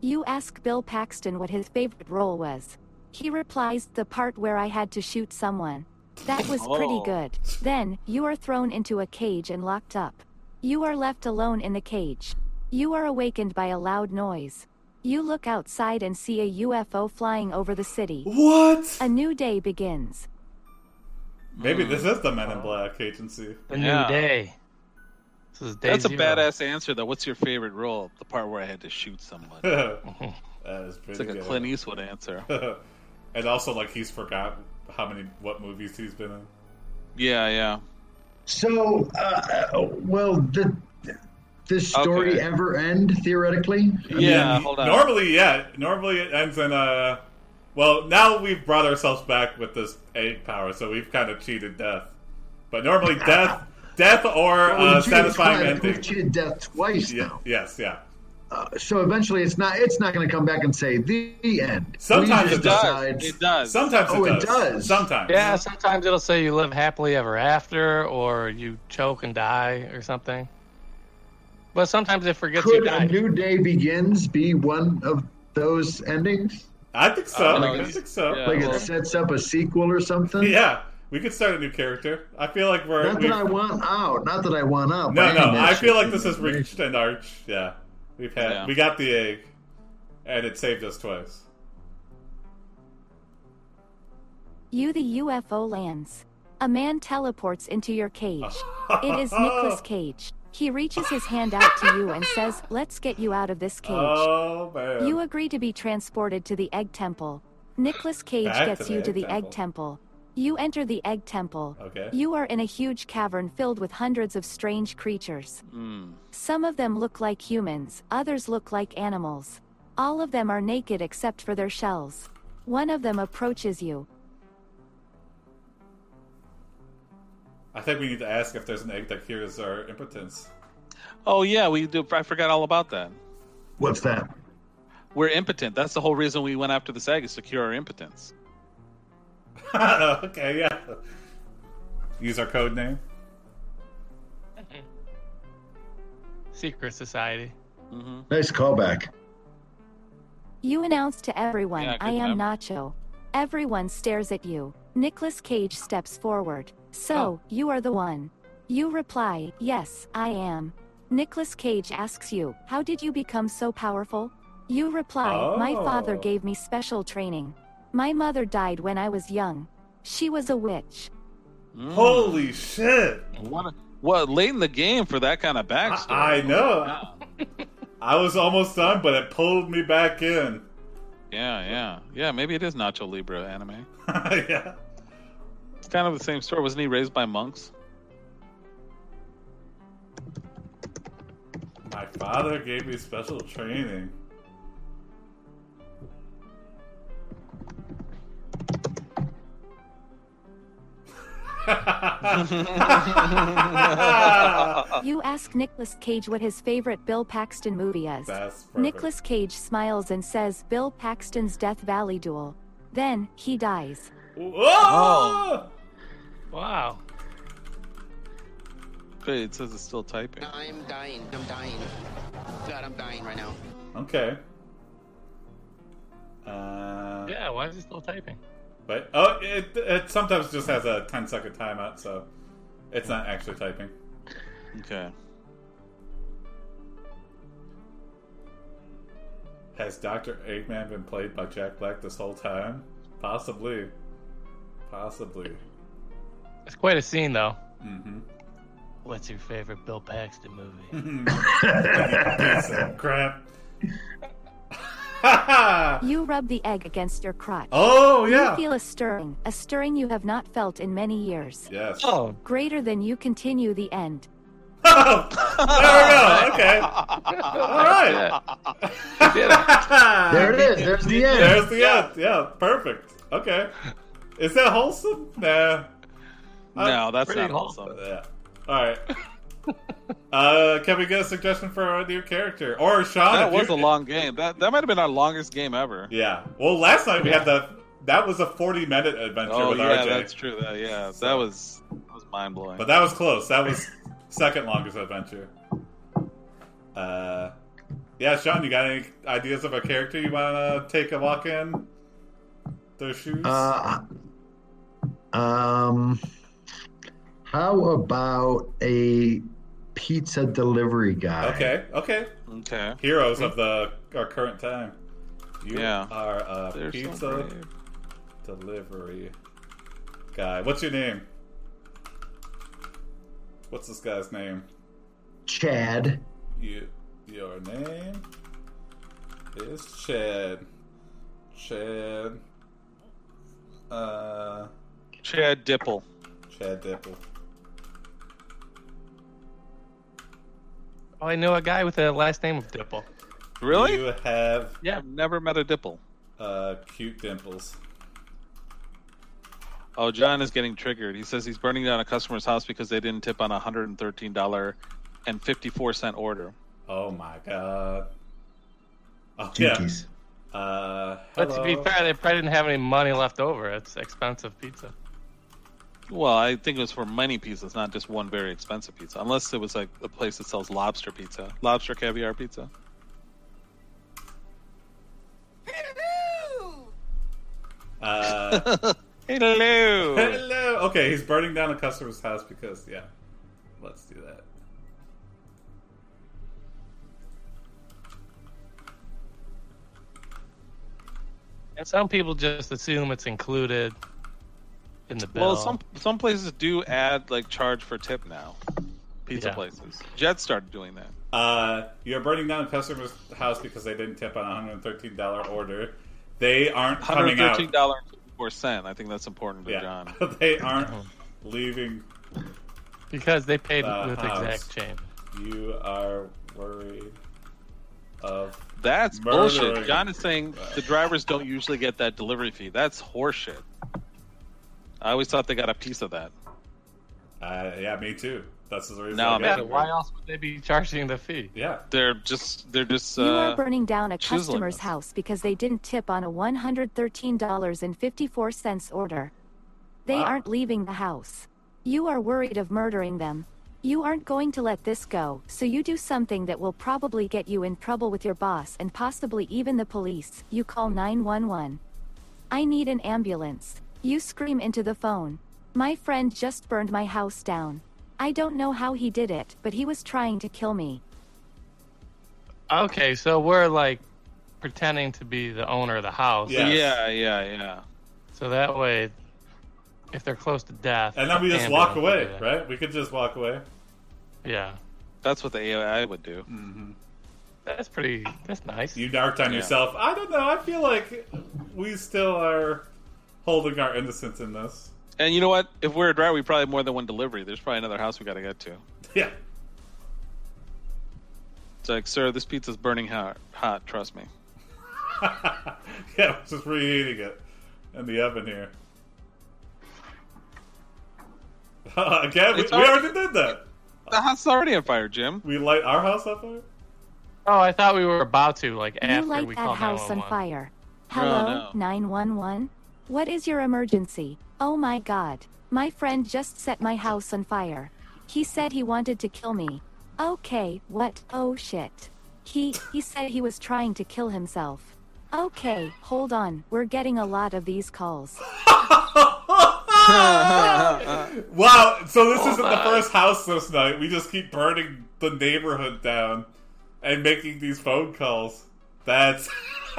E: You ask Bill Paxton what his favorite role was. He replies, The part where I had to shoot someone. That was pretty
B: Oh.
E: good. Then, you are thrown into a cage and locked up. You are left alone in the cage. You are awakened by a loud noise. You look outside and see a UFO flying over the city.
A: What?
E: A new day begins.
A: Maybe this is the Men in Black agency.
D: The
B: Yeah.
D: new day. This is day
B: That's a
D: zero.
B: badass answer, though. What's your favorite role? The part where I had to shoot someone. It's
A: that is pretty
B: like a
A: good.
B: Clint Eastwood answer.
A: and also, like, he's forgotten how many, what movies he's been in.
B: Yeah, yeah.
C: So, uh, well, did this story
B: Okay.
C: ever end theoretically?
B: Yeah, hold on.
A: Normally, yeah. Normally, it ends in a. Well, now we've brought ourselves back with this egg power, so we've kind of cheated death. But normally, death, death, or
C: Well, we
A: uh,
C: cheated
A: satisfying
C: twice-
A: ending.
C: We cheated death twice
A: Yeah,
C: now.
A: yes, yeah.
C: Uh, so eventually, it's not it's not going to come back and say the end.
A: Sometimes
C: We
A: it does.
C: just decide-
B: It does.
A: Sometimes
C: Oh,
A: it,
C: it
A: does.
C: does.
A: Sometimes.
D: Yeah, sometimes it'll say you live happily ever after, or you choke and die, or something. But sometimes it forgets you
C: Could a
D: died.
C: new day begins be one of those endings?
A: I think so.
B: Uh,
A: I
B: like
A: think so.
B: yeah.
A: Yeah.
C: Like
B: well-
C: it sets up a sequel or something?
A: we could start a new character. I feel like we're.
C: Not
A: we've-
C: that I want out. Not that I want out.
A: no,
C: but
A: no.
C: mean,
A: I
C: that's
A: feel
C: just
A: like this has
C: information.
A: reached an arch. Yeah, we've had.
B: Yeah.
A: We got the egg, and it saved us twice.
E: You the UFO lands. A man teleports into your cage. It is Nicolas Cage. He reaches his hand out to you and says, Let's get you out of this cage.
A: Oh man.
E: You agree to be transported to the Egg Temple. Nicolas Cage
A: Back to
E: gets
A: the
E: you to
A: Egg
E: the Egg Temple. You enter the Egg Temple.
A: Okay.
E: You are in a huge cavern filled with hundreds of strange creatures.
B: Mm.
E: Some of them look like humans, others look like animals. All of them are naked except for their shells. One of them approaches you.
A: I think we need to ask if there's an egg that cures our impotence.
B: Oh yeah, we do. I forgot all about that.
C: What's that?
B: We're impotent. That's the whole reason we went after this egg is to cure our impotence.
A: okay, yeah. Use our code name.
D: Secret society.
B: hmm
C: Nice callback.
E: You announce to everyone,
B: Yeah,
E: I
B: good
E: am
B: mem-
E: Nacho. Everyone stares at you. Nicolas Cage steps forward. So, you are the one. You reply, Yes, I am. Nicolas Cage asks you, How did you become so powerful? You reply, My father
A: Oh.
E: gave me special training. My mother died when I was young. She was a witch.
B: Mm.
A: Holy shit!
B: Mm-hmm. What, a, what late in the game for that kind of backstory?
A: I know.
B: Wow.
A: I was almost done, but it pulled me back in.
B: Yeah, yeah, yeah. Maybe it is Nacho Libre anime.
A: yeah.
B: It's kind of the same story. Wasn't he raised by monks?
A: My father gave me special training. That's
E: You ask Nicolas Cage what his favorite Bill Paxton movie is.
A: perfect.
E: Nicolas Cage smiles and says Bill Paxton's Death Valley duel. Then, he dies.
A: Whoa!
D: Wow.
B: Wait, it says it's still typing.
F: I'm dying. I'm dying. God, I'm dying right now.
A: Okay. Uh,
D: Yeah, why is he still typing?
A: But oh, it, it sometimes just has a 10 second timeout, so it's not actually typing.
B: Okay.
A: Has Dr. Eggman been played by Jack Black this whole time? Possibly. Possibly.
D: It's quite a scene, though.
A: Mm-hmm.
D: What's your favorite Bill Paxton movie?
A: Piece of crap. oh,
E: You rub the egg against your crotch. You
A: yeah.
E: feel a stirring, a stirring you have not felt in many years.
A: Yes.
D: oh,
E: Greater than you continue the end.
A: Oh, there we go. Okay. All right.
C: There it is. There's the end.
A: There's the end. Yeah, perfect. Okay. Is that wholesome? Nah. Uh,
B: No, that's
D: Pretty
B: not
D: awesome.
B: awesome.
A: Yeah. All right. uh, can we get a suggestion for a new character or Sean?
B: That
A: if
B: was a
A: Uh, you-
B: long game. That that might have been our longest game ever.
A: Yeah. Well, last night we had the that was a forty-minute adventure
B: Oh
A: with
B: yeah,
A: RJ,
B: that's true. That, yeah, that was that was mind blowing.
A: but that was close. That was second longest adventure. Uh, yeah, Sean, you got any ideas of a character you want to take a walk in? Their shoes.
C: Uh, um, how about a pizza delivery guy?
A: okay. Okay.
B: Okay.
A: Heroes of the our current time. You
B: Hmm? Yeah.
A: are a
B: There's
A: pizza.
B: somebody-
A: delivery guy. What's your name? What's this guy's name?
C: Chad.
A: You, your name is Chad. Chad. Uh,
B: Chad Dipple.
A: Chad Dipple.
D: oh, I knew a guy with the last name of Dipple.
B: Really?
A: You have
D: Yeah.
B: I've never met a Dipple.
A: uh cute dimples.
B: Oh, John is getting triggered. He says he's burning down a customer's house because they didn't tip on a hundred and thirteen dollar and fifty four cent order.
A: Oh my god. Oh yeah.
C: Jinkies.
A: Uh,
D: But to be
A: hello.
D: fair, they probably didn't have any money left over. It's expensive pizza.
B: Well, I think it was for many pizzas, not just one very expensive pizza. Unless it was like a place that sells lobster pizza, lobster caviar pizza.
A: Uh,
B: Hello.
A: Hello. Okay, he's burning down a customer's house because yeah. Let's do that.
D: And some people just assume it's included in the bill.
B: well, some some places do add like charge for tip now. Pizza
D: Yeah.
B: places. Jet started doing that.
A: Uh, you're burning down a customer's house because they didn't tip on a $113 order. They aren't
B: Hundred
A: coming out.
B: thirteen dollars fifty four cent. I think that's important to
A: Yeah.
B: John.
A: they aren't leaving.
D: because they paid
A: Uh,
D: with
A: house.
D: exact change.
A: You are worried of.
B: That's
A: Murdering.
B: bullshit. John is saying the drivers don't usually get that delivery fee. That's horseshit. I always thought they got a piece of that.
A: Uh, yeah, me too. That's the reason.
B: No,
A: I
B: man.
A: got
D: Yeah,
A: it.
D: why else would they be charging the fee?
A: Yeah.
B: They're just they're just
E: you are
B: uh,
E: burning down a
B: chiseling
E: customer's
B: us.
E: house because they didn't tip on a $113.54 order. They
A: Wow.
E: aren't leaving the house. You are worried of murdering them. You aren't going to let this go, so you do something that will probably get you in trouble with your boss and possibly even the police. You call 911. I need an ambulance. You scream into the phone. My friend just burned my house down. I don't know how he did it, but he was trying to kill me.
D: Okay, so we're like pretending to be the owner of the house.
A: Yes.
B: Yeah, yeah, yeah.
D: So that way, if they're close to death,
A: And then we just
D: ambulance
A: walk
D: will
A: away,
D: be there.
A: right? We could just walk away.
D: Yeah,
B: That's what the AI would do.
D: that's pretty. That's nice.
A: You narked on
B: Yeah.
A: yourself. I don't know. I feel like we still are holding our innocence in this.
B: And you know what? If we're a driver, we probably have more than one delivery. There's probably another house we got to get to.
A: Yeah.
B: It's like, sir, this pizza's burning hot. Hot, trust me.
A: yeah, we're just reheating it in the oven here. Again, we,
B: It's
A: we
B: already-
A: already did that.
B: The house is already on fire, Jim.
A: We light our house on fire?
D: oh, I thought we were about to like
E: You
D: after
E: light
D: we
E: that
D: called
E: house on
D: 911.
E: fire.
B: Oh,
E: Hello,
B: no.
E: 911? What is your emergency? Oh my god. My friend just set my house on fire. He said he wanted to kill me. Okay, what? Oh shit. He he said he was trying to kill himself. Okay, hold on. We're getting a lot of these calls.
A: Wow, so this isn't the first house this night. We just keep burning the neighborhood down and making these phone calls. That's.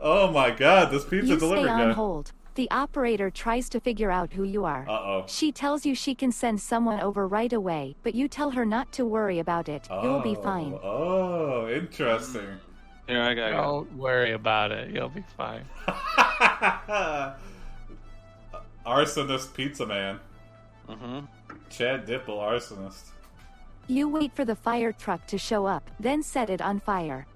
A: oh my god, this pizza
E: You stay
A: delivery
E: on
A: guy. Uh
E: hold. The operator tries to figure out who you are.
A: oh.
E: She tells you she can send someone over right away, but you tell her not to worry about it. You'll be fine.
A: Oh, interesting.
B: Here, I got
E: Oh.
B: go.
D: Don't worry about it. You'll be fine.
A: arsonist pizza man.
B: Mhm.
A: Chad Dipple, arsonist.
E: You wait for the fire truck to show up, then set it on fire.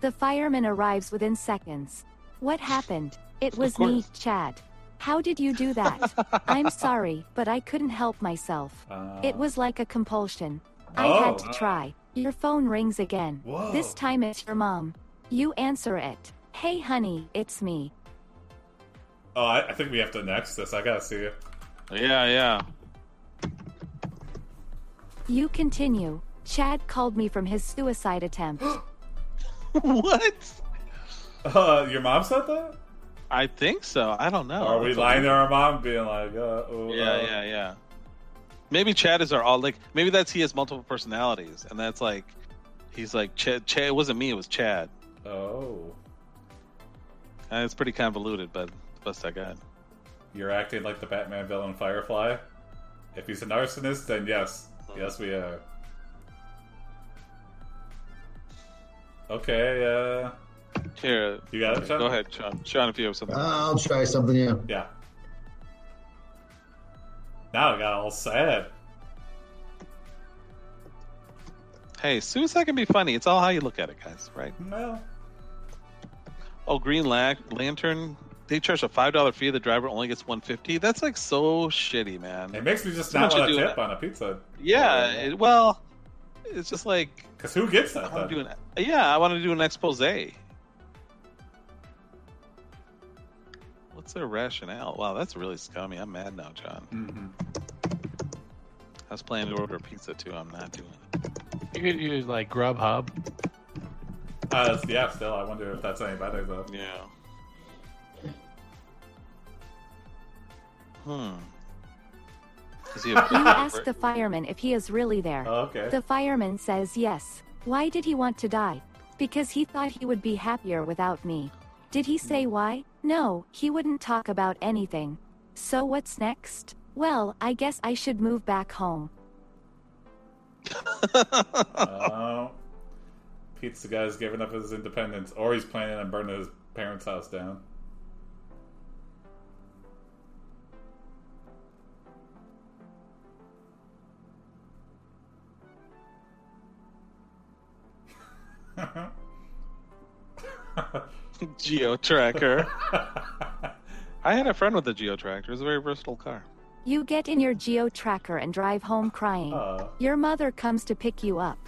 E: The fireman arrives within seconds. What happened? It was me, Chad. How did you do that? I'm sorry, but I couldn't help myself.
A: Uh,
E: It was like a compulsion. I
A: Oh.
E: had to try. Your phone rings again.
A: Whoa.
E: This time it's your mom. You answer it. Hey, honey, it's me.
A: Oh, I, I think we have to next this. I gotta see it.
B: Yeah, yeah.
E: You continue. Chad called me from his suicide attempt.
B: what?
A: Uh, your mom said that?
B: I think so. I don't know.
A: Or are we
B: Oh, That's a-
A: lying to our mom, being like, uh, oh,
B: Yeah,
A: uh,
B: yeah, yeah. Maybe Chad is our all like. Maybe that's he has multiple personalities, and that's like, he's like Chad. Chad it wasn't me. It was Chad.
A: Oh,
B: And it's pretty convoluted, but the best I got.
A: you're acting like the Batman villain Firefly. If he's an arsonist, then yes, yes we are. Okay, uh,
B: Here,
A: you got it. Sean?
B: go ahead, Sean. Sean, if you have something.
C: I'll try something. Yeah.
A: Yeah. Now I got all sad.
B: hey, suicide can be funny. It's all how you look at it, guys. Right?
A: Well,
B: Oh, Green Lan- Lantern. They charge a five dollar fee. The driver only gets one fifty. That's like so shitty, man.
A: it makes me just
B: So
A: not
B: what you
A: want to
B: doing?
A: tip on a pizza.
B: Yeah. It, well, it's just like
A: Because who gets that?
B: I want to
A: then?
B: do an. Yeah, I want to do an expose. What's their rationale? Wow, that's really scummy. I'm mad now, John.
A: Mhm.
B: I was planning to order pizza too. I'm not doing it.
D: You could use like Grubhub.
A: Uh, it's- yeah, still, I wonder if that's any better though.
B: Yeah. Hmm. Is he a
E: You ask the fireman if he is really there.
A: Oh, okay.
E: The fireman says yes. Why did he want to die? Because he thought he would be happier without me. Did he say why? No, he wouldn't talk about anything. So what's next? Well, I guess I should move back home.
A: Oh. Pizza guy's giving up his independence, or he's planning on burning his parents' house down.
B: geo tracker? I had a friend with a geo tracker. It was a very versatile car.
E: You get in your geo tracker and drive home crying.
A: Uh,
E: Your mother comes to pick you up.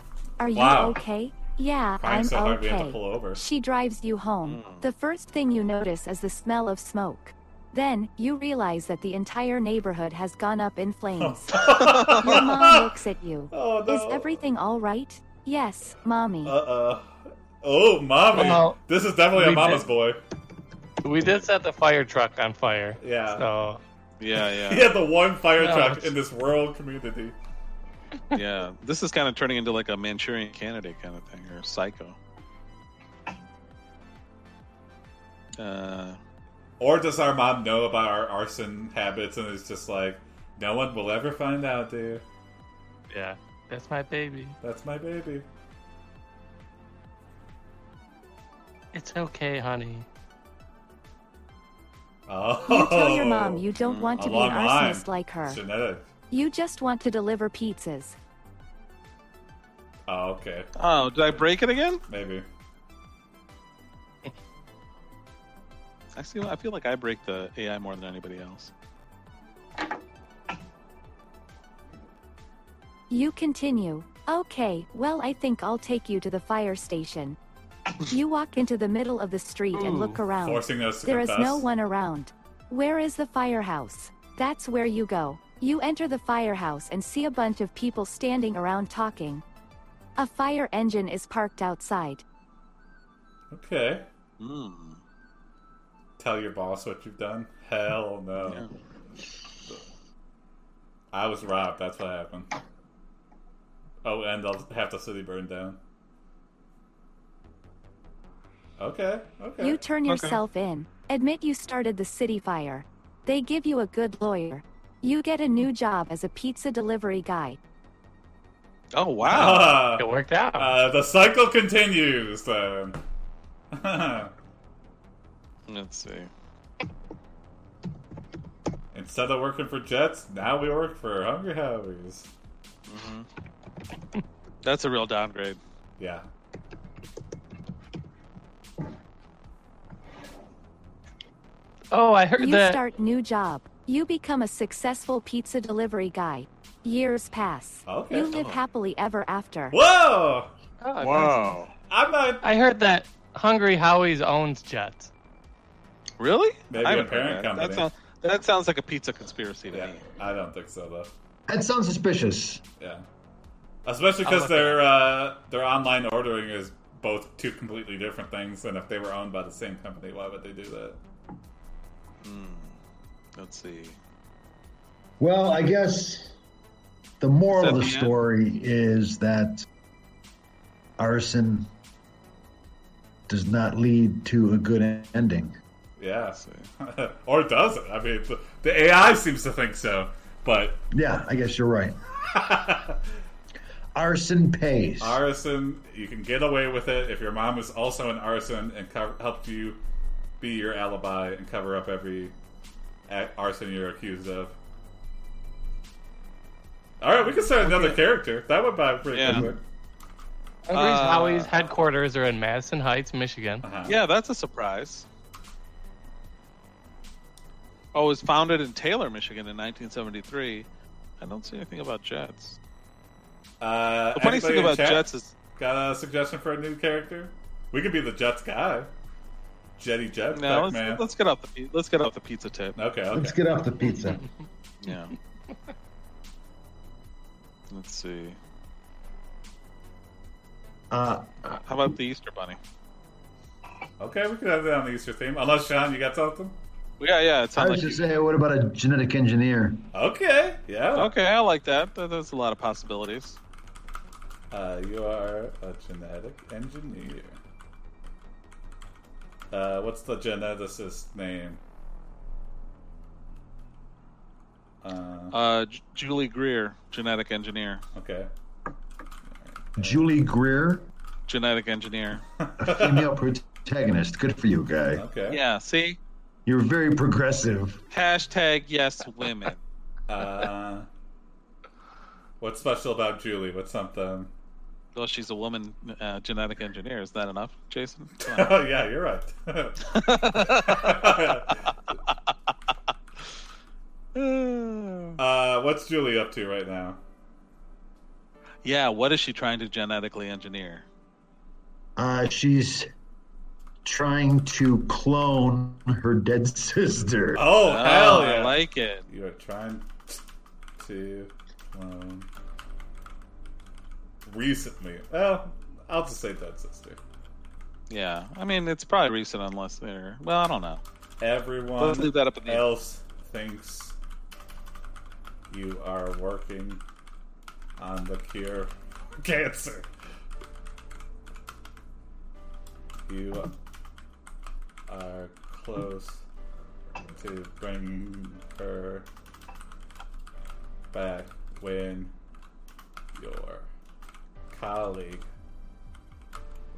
E: Are you
A: Wow.
E: okay? Yeah,
A: Crying
E: I'm
A: so hard we
E: okay.
A: had to pull over.
E: She drives you home. The first thing you notice is the smell of smoke. Then, you realize that the entire neighborhood has gone up in flames. Your mom looks at you.
A: Oh, no. Uh,
E: Is everything all right? Yes, mommy.
A: Uh-uh. Oh, mommy.
D: Well,
A: this is definitely a
D: we
A: mama's
D: did-
A: boy.
D: We did set the fire truck on fire.
A: Yeah.
D: So
B: Yeah, yeah,
A: He had the one fire
D: No,
A: truck
D: it's-
A: in this rural community.
B: yeah. This is kind of turning into like a Manchurian candidate kind of thing or psycho. Uh,
A: Or does our mom know about our arson habits and is just like, no one will ever find out, dude.
D: yeah, that's my baby.
A: That's my baby.
D: It's okay, honey.
A: Oh.
E: You tell your mom you don't
B: Mm,
E: want
A: a
E: to be an
A: long line.
E: arsonist like her.
A: Genetic.
E: You just want to deliver pizzas.
A: Oh, okay.
B: oh, did I break it again?
A: Maybe.
B: Actually, I feel like I break the AI more than anybody else.
E: You continue. Okay, well, I think I'll take you to the fire station. You walk into the middle of the street and look
D: Ooh,
E: around.
A: Forcing us to
E: There is
A: confess.
E: no one around. Where is the firehouse? That's where you go. You enter the firehouse and see a bunch of people standing around talking. A fire engine is parked outside.
A: Okay.
B: Hmm.
A: Tell your boss what you've done? Hell no.
B: Yeah.
A: I was robbed. That's what happened. Oh, and I'll have the city burned down. Okay. Okay.
E: You turn
B: Okay.
E: yourself in. Admit you started the city fire. They give you a good lawyer. You get a new job as a pizza delivery guy.
B: Oh wow!
A: Ah,
D: It worked out.
A: uh, the cycle continues. Then.
B: Let's see.
A: Instead of working for Jets, now we work for Hungry Howies.
B: hmm That's a real downgrade.
A: Yeah.
D: oh, I heard
E: You
D: that.
E: start new job. You become a successful pizza delivery guy. Years pass.
A: Uh, Okay.
E: You live
B: Oh.
E: happily ever after.
A: Whoa!
D: Oh, I-
B: Wow!
A: I'm not.
D: I heard that Hungry Howie's owns Jets.
B: Really?
A: Maybe
B: I
A: a
B: haven't heard
A: parent
B: that.
A: company.
B: That sounds, that sounds like a pizza conspiracy to
A: Yeah,
B: me.
A: I don't think so though.
C: That sounds suspicious.
A: Yeah. Especially
D: I'll
A: because
D: look
A: their uh, their online ordering is both two completely different things, and if they were owned by the same company, why would they do that?
B: Hmm. Let's see.
C: Well, I guess the moral of the
B: Is that the end?
C: story is that arson does not lead to a good ending.
A: Yeah.
B: Let's see.
A: or does it? I mean, the, the AI seems to think so, but
C: Yeah, I guess you're right. Arson pays.
A: arson, you can get away with it if your mom was also an arson and co- helped you be your alibi and cover up every a- arson you're accused of. All right, we can start another character. That went by pretty
B: Yeah.
A: quick.
D: Hungry
B: Uh,
D: Howie's headquarters are in Madison Heights, Michigan.
A: Uh-huh.
B: Yeah, that's a surprise. Oh, it was founded in Taylor, Michigan, in 1973. I don't see anything about Jets.
A: Uh,
B: The funny
A: anybody
B: thing
A: in
B: about
A: chat
B: Jets is
A: got a suggestion for a new character? We could be the Jets guy, Jetty Jet.
B: no.
A: Jack man.
B: Let's, let's get off the pi- let's get off the pizza tip.
A: okay, okay.
C: Let's get off the pizza.
B: Yeah. let's see.
C: Uh,
B: How about the Easter Bunny?
A: Okay, we could have that on the Easter theme. Unless Sean, you got something?
B: Yeah, yeah. It
C: I
B: sounds
C: was
B: like you-
C: just saying, what about a genetic engineer?
A: Okay, yeah.
B: Okay, I like that. That- That's a lot of possibilities.
A: Uh, you are a genetic engineer. Uh, what's the geneticist name? Uh,
B: Uh, J- Julie Greer, genetic engineer.
A: okay.
C: Julie Greer,
B: Genetic engineer.
C: a female protagonist. Good for you, guy.
A: Okay.
B: Yeah, see?
C: You're very progressive.
B: Hashtag yes women.
A: Uh, what's special about Julie? What's something?
B: Well, she's a woman uh, genetic engineer. Is that enough, Jason? Come on.
A: Oh yeah, you're right.
B: Uh,
A: uh, what's Julie up to right now?
B: yeah, what is she trying to genetically engineer?
C: Uh, she's trying to clone her dead sister.
A: Oh hell
B: I
A: yeah!
B: like it.
A: You are trying to um, recently. Well, I'll just say dead sister.
B: Yeah, I mean, it's probably recent unless they're. Well, I don't know. Let's leave
A: Everyone
B: that up in the air.
A: else thinks you are working on the cure for cancer. You are close to bringing her back when your colleague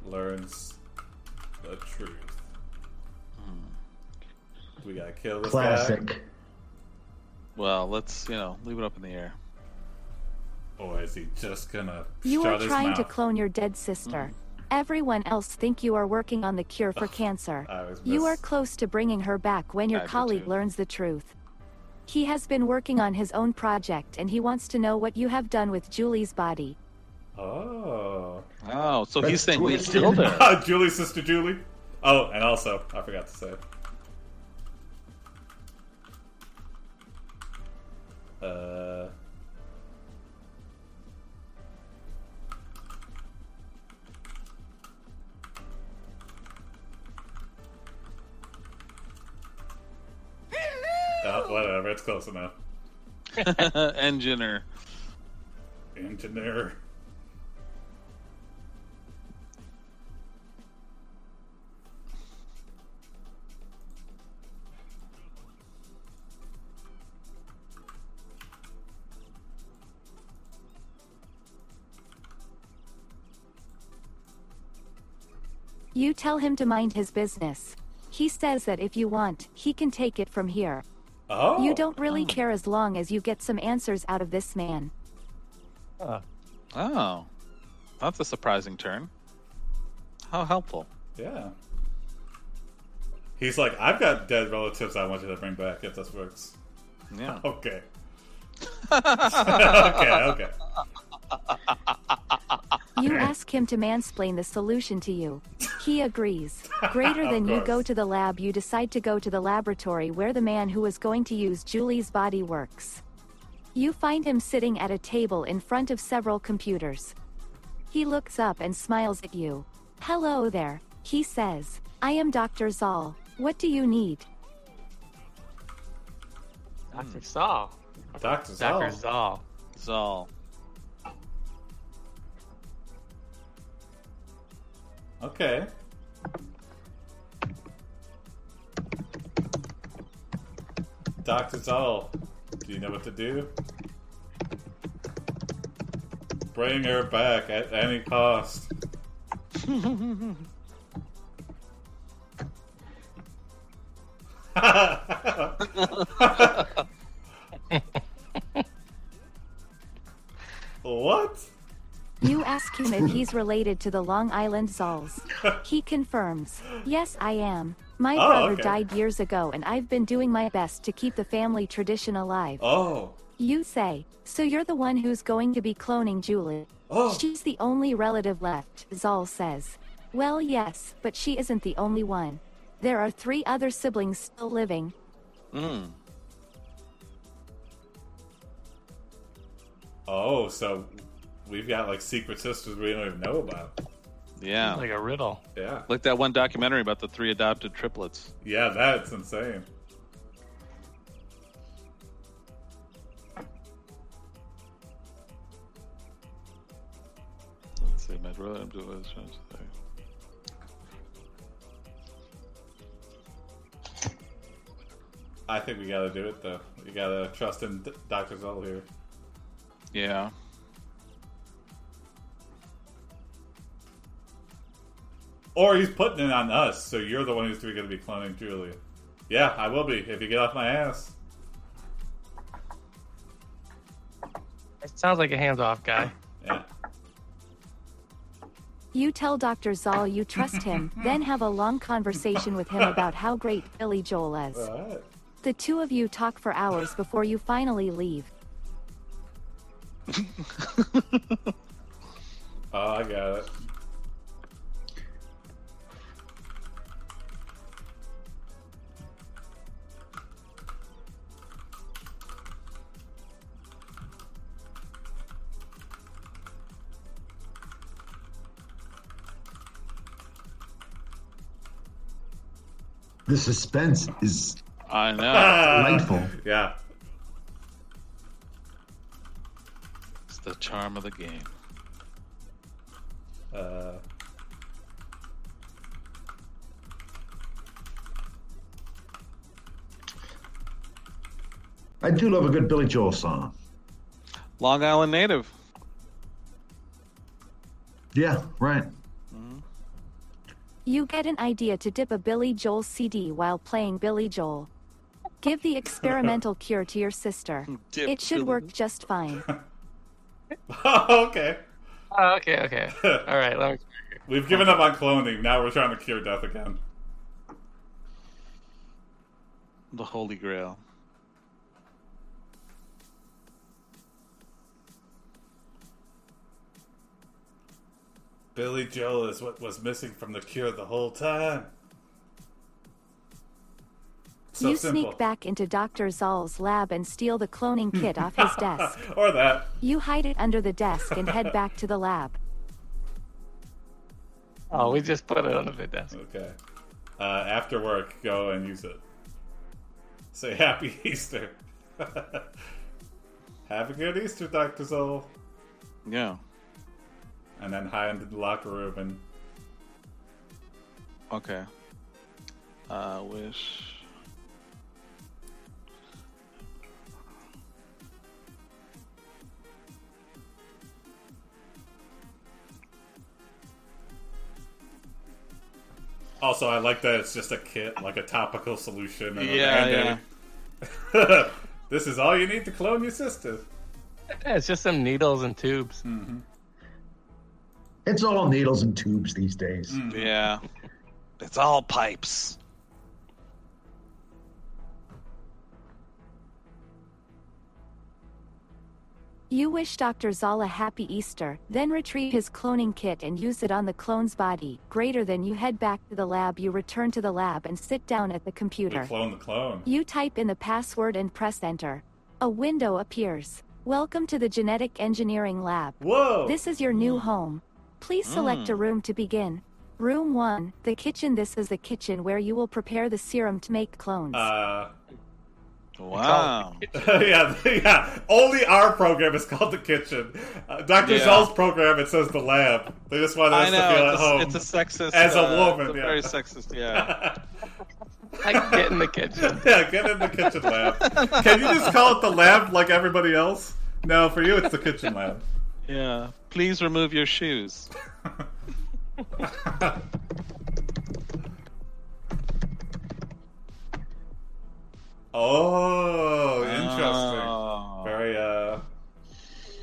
A: learns the truth. We gotta kill this guy.
C: Classic.
B: Well, let's you know leave it up in the air.
A: Or is he just gonna
E: You
A: shut
E: are
A: his
E: trying to
A: mouth?
E: clone your dead sister. Everyone else think you are working on the cure for cancer.
A: I was
E: You are
A: miss-
E: close to bringing her back when your
B: I do
E: colleague
B: too.
E: learns the truth. He has been working on his own project and he wants to know what you have done with Julie's body.
A: Oh.
B: Oh, so he's
C: That's
B: saying we
C: twisted.
B: killed her.
A: Julie's sister Uh, Julie. Oh, and also, I forgot to say. Uh. Oh, whatever, it's close enough.
B: Engineer.
A: Engineer.
E: You tell him to mind his business. He says that if you want, he can take it from here.
A: Oh!
E: You don't really care as long as you get some answers out of this man.
B: Oh, that's a surprising turn. How helpful.
A: Yeah. He's like, I've got dead relatives I want you to bring back if this works.
B: Yeah.
A: Okay. okay, okay.
E: You ask him to mansplain the solution to you. He agrees. Greater
A: Of
E: than you go
A: course.
E: to the lab, you decide to go to the laboratory where the man who was going to use Julie's body works. You find him sitting at a table in front of several computers. He looks up and smiles at you. Hello there, he says. I am Dr. Zoll. What do you need?
A: hmm.
D: Dr. Saul.
A: Dr. Zal.
D: Dr. Zal.
B: Zal.
A: Okay. Dr. Zal, do you know what to do? Bring her back at any cost. what?
E: You ask him if he's related to the Long Island Zolls. He confirms, Yes, I am. My
A: Oh,
E: brother
A: okay.
E: died years ago, and I've been doing my best to keep the family tradition alive.
A: Oh.
E: You say, So you're the one who's going to be cloning Julie.
A: Oh.
E: She's the only relative left, Zoll says. Well, yes, but she isn't the only one. There are three other siblings still living.
B: Mm.
A: Oh, so we've got like secret sisters we don't even know about. Oh.
B: Yeah. Like,
D: Like a riddle.
A: Yeah.
B: that one documentary about the three adopted triplets.
A: Yeah, that's insane.
B: Let's see. My brother. I'm doing this. I'm sorry.
A: I think we gotta do it though. We gotta trust in D- Dr. Zoll here.
B: Yeah.
A: Or he's putting it on us, so you're the one who's gonna be cloning Julie. Yeah, I will be if you get off my ass.
D: It sounds like a hands off guy.
A: Yeah.
E: You tell Dr. Zoll you trust him, then have a long conversation with him about how great Billy Joel is.
A: Alright.
E: The two of you talk for hours before you finally leave.
A: Oh, I got it.
C: The suspense is
B: I know.
C: delightful.
A: Ah. Yeah.
B: it's the charm of the game.
A: Uh,
C: I do love a good Billy Joel song.
B: Long Island native.
C: Yeah, right.
E: You get an idea to dip a Billy Joel CD while playing Billy Joel. Give the experimental cure to your sister.
B: Dip
E: it should
B: Billy-
E: work just fine.
A: okay.
D: Oh, okay, okay. All right, let me.
A: We've given up on cloning. Now we're trying to cure death again.
B: The Holy Grail.
A: Billy Joel is what was missing from the cure the whole time. So
E: you
A: simple.
E: sneak back into Dr. Zoll's lab and steal the cloning kit off his desk.
A: or that.
E: You hide it under the desk and head back to the lab.
D: Oh, we just put it under the desk.
A: Okay. Uh, after work, go and use it. Say happy Easter. Have a good Easter, Dr. Zoll.
B: Yeah.
A: And then hide into the locker room and
B: Okay. Uh, wish.
A: Also, I like that it's just a kit, like a topical solution. And
B: Yeah,
A: a yeah. this is all you need to clone your sister.
D: Yeah, it's just some needles and tubes.
A: Hmm.
C: It's all needles and tubes these days.
A: Mm.
B: Mm-hmm. Yeah. It's all pipes.
E: You wish Dr. Zoll a happy Easter, then retrieve his cloning kit and use it on the clone's body. Greater than you head back to the lab, you return to the lab and sit down at the
A: We
E: computer.
A: clone the clone.
E: You type in the password and press enter. A window appears. Welcome to the Genetic Engineering Lab.
A: Whoa!
E: This is your new home. Please select a room to begin. Room 1, the kitchen. This is the kitchen where you will prepare the serum to make clones.
A: Uh,
B: Wow.
A: yeah, yeah. Only our program is called the kitchen. Uh, Dr.
B: Yeah.
A: Zoll's program, it says the lab. They just want us
B: I
A: to
B: know.
A: feel
B: It's,
A: at
B: it's a sexist.
A: As a
B: uh,
A: woman,
B: it's
A: yeah.
B: Very sexist, yeah.
A: home.
D: I can get in the kitchen.
A: yeah, get in the kitchen lab. Can you just call it the lab like everybody else? No, for you, it's the kitchen lab.
B: yeah. Please remove your shoes.
A: Oh, interesting.
B: Oh.
A: Very uh,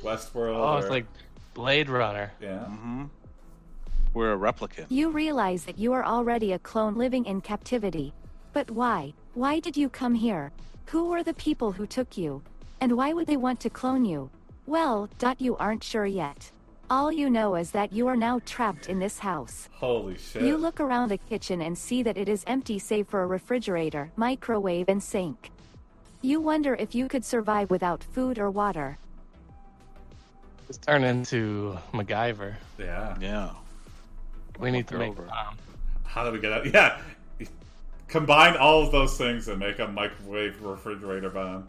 A: Westworld.
D: Oh, it's
A: or-
D: like Blade Runner.
A: yeah.
B: Mm-hmm. We're a replicant.
E: You realize that you are already a clone living in captivity. But why? Why did you come here? Who were the people who took you? And why would they want to clone you? Well, dot you aren't sure yet. All you know is that you are now trapped in this house.
A: Holy shit.
E: You look around the kitchen and see that it is empty save for a refrigerator, microwave, and sink. You wonder if you could survive without food or water.
D: It's turned into MacGyver.
A: yeah.
B: Yeah.
D: We need to make
B: Over.
D: bomb.
A: How do we get out? Yeah. Combine all of those things and make a microwave refrigerator bomb.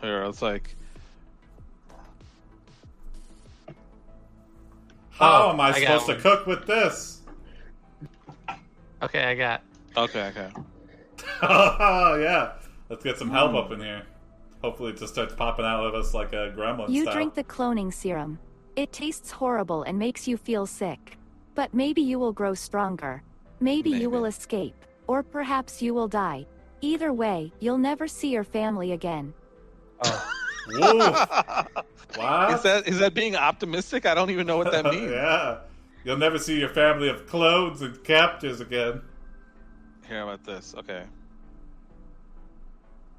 B: Here, I was like,
A: How
D: Oh,
A: am I,
D: I got
A: supposed
D: one.
A: to cook with this?
D: Okay, I got.
B: okay, okay.
A: oh, yeah. Let's get some
E: Hmm.
A: help up in here. Hopefully, it just starts popping out of us like a gremlin
E: You
A: style.
E: drink the cloning serum. It tastes horrible and makes you feel sick. But maybe you will grow stronger. Maybe, you will escape. Or perhaps you will die. Either way, you'll never see your family again.
A: Woo. wow.
B: Is that is that being optimistic? I don't even know what that means.
A: yeah. You'll never see your family of clones and captors again.
B: Here, how about this? Okay.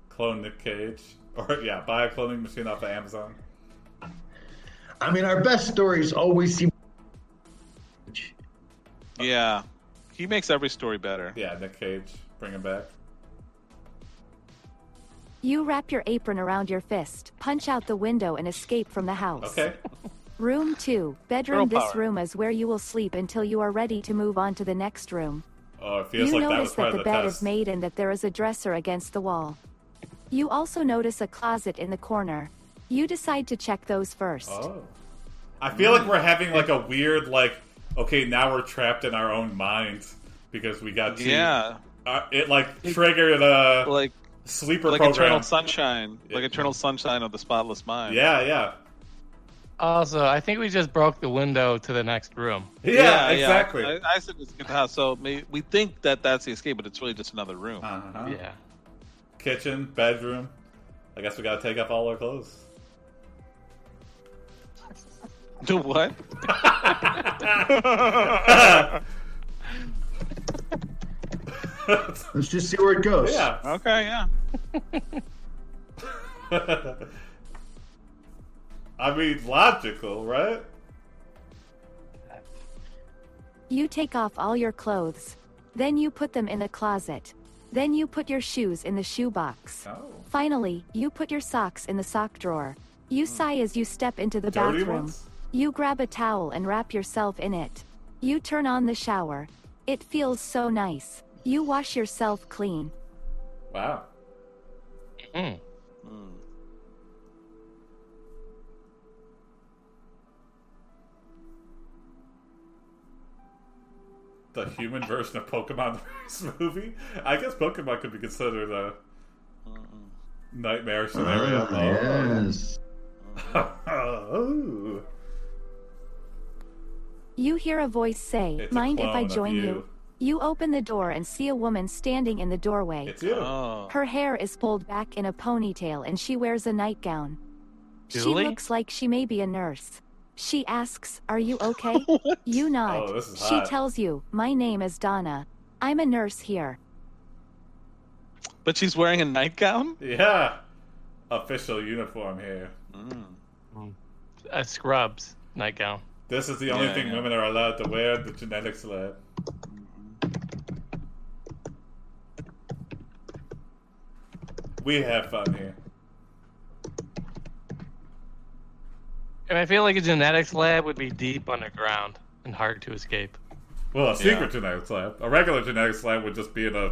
A: Clone Nick Cage. Or, yeah, buy a cloning machine off of Amazon.
C: I mean, our best stories always seem.
B: Yeah. He makes every story better.
A: Yeah, Nick Cage. Bring him back.
E: You wrap your apron around your fist, punch out the window, and escape from the house.
A: Okay.
E: Room 2, bedroom.
B: Girl
E: this
B: power.
E: room is where you will sleep until you are ready to move on to the next room.
A: Oh, it feels
E: you
A: like that was
E: notice
A: part
E: that
A: of the
E: the bed
A: test.
E: is made and that there is a dresser against the wall. You also notice a closet in the corner. You decide to check those first.
A: Oh. I feel like we're having like a weird like okay, now we're trapped in our own minds because we got to
B: Yeah,
A: uh, it like trigger the
B: like
A: sleeper
B: like
A: program.
B: Eternal Sunshine, like
A: Yeah.
B: Eternal Sunshine of the Spotless Mind.
A: yeah, yeah.
D: Also, I think we just broke the window to the next room.
A: Yeah, exactly.
B: I, I said it's good house, so may, we think that that's the escape, but it's really just another room.
A: Uh-huh.
D: Yeah.
A: Kitchen, bedroom. I guess we gotta take off all our clothes.
B: Do what?
C: Let's just see where it goes.
A: yeah.
B: Okay, yeah.
A: I mean, logical, right?
E: You take off all your clothes. Then you put them in the closet. Then you put your shoes in the shoebox.
A: Oh.
E: Finally, you put your socks in the sock drawer. You sigh as you step into the
A: Dirty
E: bathroom.
A: ones.
E: You grab a towel and wrap yourself in it. You turn on the shower. It feels so nice. You wash yourself clean.
A: Wow. Hmm.
D: Mm.
A: The human version of Pokemon this movie? I guess Pokemon could be considered a nightmare scenario.
C: Ah, yes.
A: Oh.
E: You hear a voice say,
A: It's a
E: Mind if
A: clone
E: I
A: of
E: join
A: you.
E: you? You open the door and see a woman standing in the doorway.
A: It's you.
B: Oh,
E: Her hair is pulled back in a ponytail and she wears a nightgown.
D: Julie?
E: She looks like she may be a nurse. She asks, Are you okay? you nod.
A: Oh, this is
E: she
A: hot.
E: tells you, My name is Donna. I'm a nurse here.
B: but she's wearing a nightgown.
A: Yeah. Official uniform here.
D: A Uh, scrubs nightgown.
A: This is the only
B: Yeah,
A: thing
B: yeah.
A: women are allowed to wear in the genetics Mm-hmm. lab. We have fun here.
D: And I feel like a genetics lab would be deep underground and hard to escape.
A: Well, a secret
B: Yeah.
A: genetics lab. A regular genetics lab would just be in a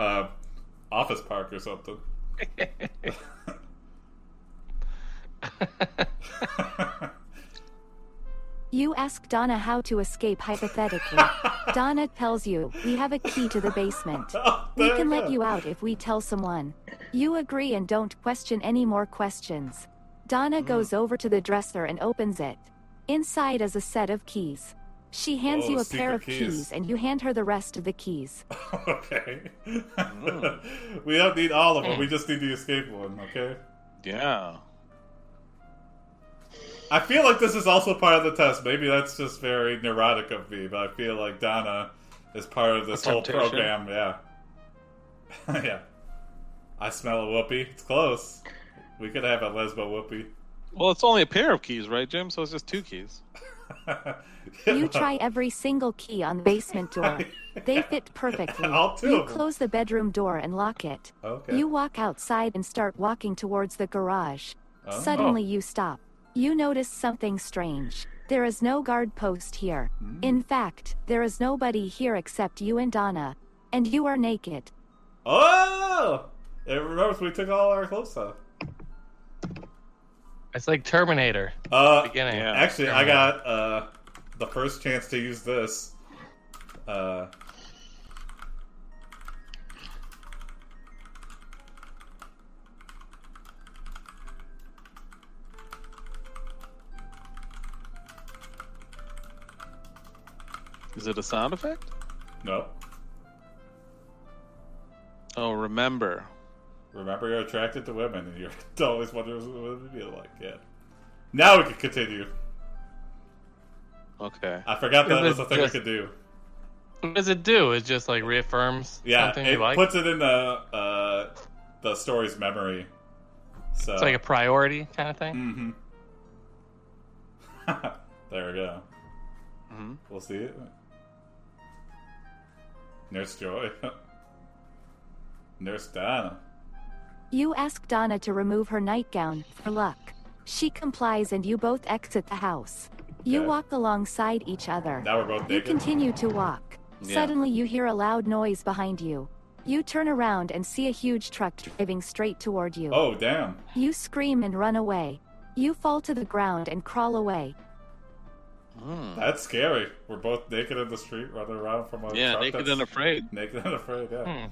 A: uh, office park or something.
E: You ask Donna how to escape hypothetically. Donna tells you, We have a key to the basement.
A: Oh,
E: We
A: there
E: can
A: it
E: let
A: is.
E: you out if we tell someone. You agree and don't question any more questions. Donna
A: Mm-hmm.
E: goes over to the dresser and opens it. Inside is a set of keys. She hands
A: Oh,
E: you a
A: secret
E: pair of
A: keys.
E: keys. and you hand her the rest of the keys.
A: okay.
B: Mm.
A: we don't need all of them. We just need the escape one, okay?
B: Yeah.
A: I feel like this is also part of the test. Maybe that's just very neurotic of me, but I feel like Donna is part of this
B: A
A: whole
B: temptation.
A: program. Yeah. yeah. I smell a whoopee. It's close. We could have a lesbo whoopee.
B: Well, it's only a pair of keys, right, Jim? So it's just two keys.
E: You try every single key on the basement door. They fit perfectly.
A: All two
E: You
A: of them.
E: close the bedroom door and lock it.
A: Okay.
E: You walk outside and start walking towards the garage.
A: Oh.
E: Suddenly, you stop. You notice something strange. There is no guard post here.
A: Hmm.
E: In fact, there is nobody here except you and Donna. And you are naked.
A: Oh! It remembers we took all our clothes off.
D: It's like Terminator
A: Uh,
D: beginning.
B: Yeah.
A: Actually, I got uh, the first chance to use this. Uh,
B: Is it a sound effect?
A: no.
B: Oh, remember.
A: Remember, you're attracted to women, and you're always wondering what it would be like. Yeah. Now we can continue.
B: Okay.
A: I forgot that
D: It
A: was
D: was
A: a thing
D: just-
A: we could do.
D: What does it do? It just like reaffirms
A: Yeah,
D: something
A: it
D: you like.
A: puts it in the uh, the story's memory. So
D: it's like a priority kind of thing.
A: hmm there we go.
D: Mm-hmm.
B: Mhm.
A: We'll see it. Nurse Joy. Nurse Donna.
E: You ask Donna to remove her nightgown for luck. She complies, and you both exit the house. You
A: Okay.
E: walk alongside each other.
A: Now we're both
E: You
A: naked.
E: continue to walk.
B: Yeah.
E: Suddenly, you hear a loud noise behind you. You turn around and see a huge truck driving straight toward you.
A: Oh, damn.
E: You scream and run away. You fall to the ground and crawl away.
A: Oh,
B: Hmm.
A: That's scary. We're both naked in the street running around from a
B: Yeah,
A: truck
B: naked
A: that's-
B: and afraid.
A: Naked and afraid, yeah.
D: Hmm.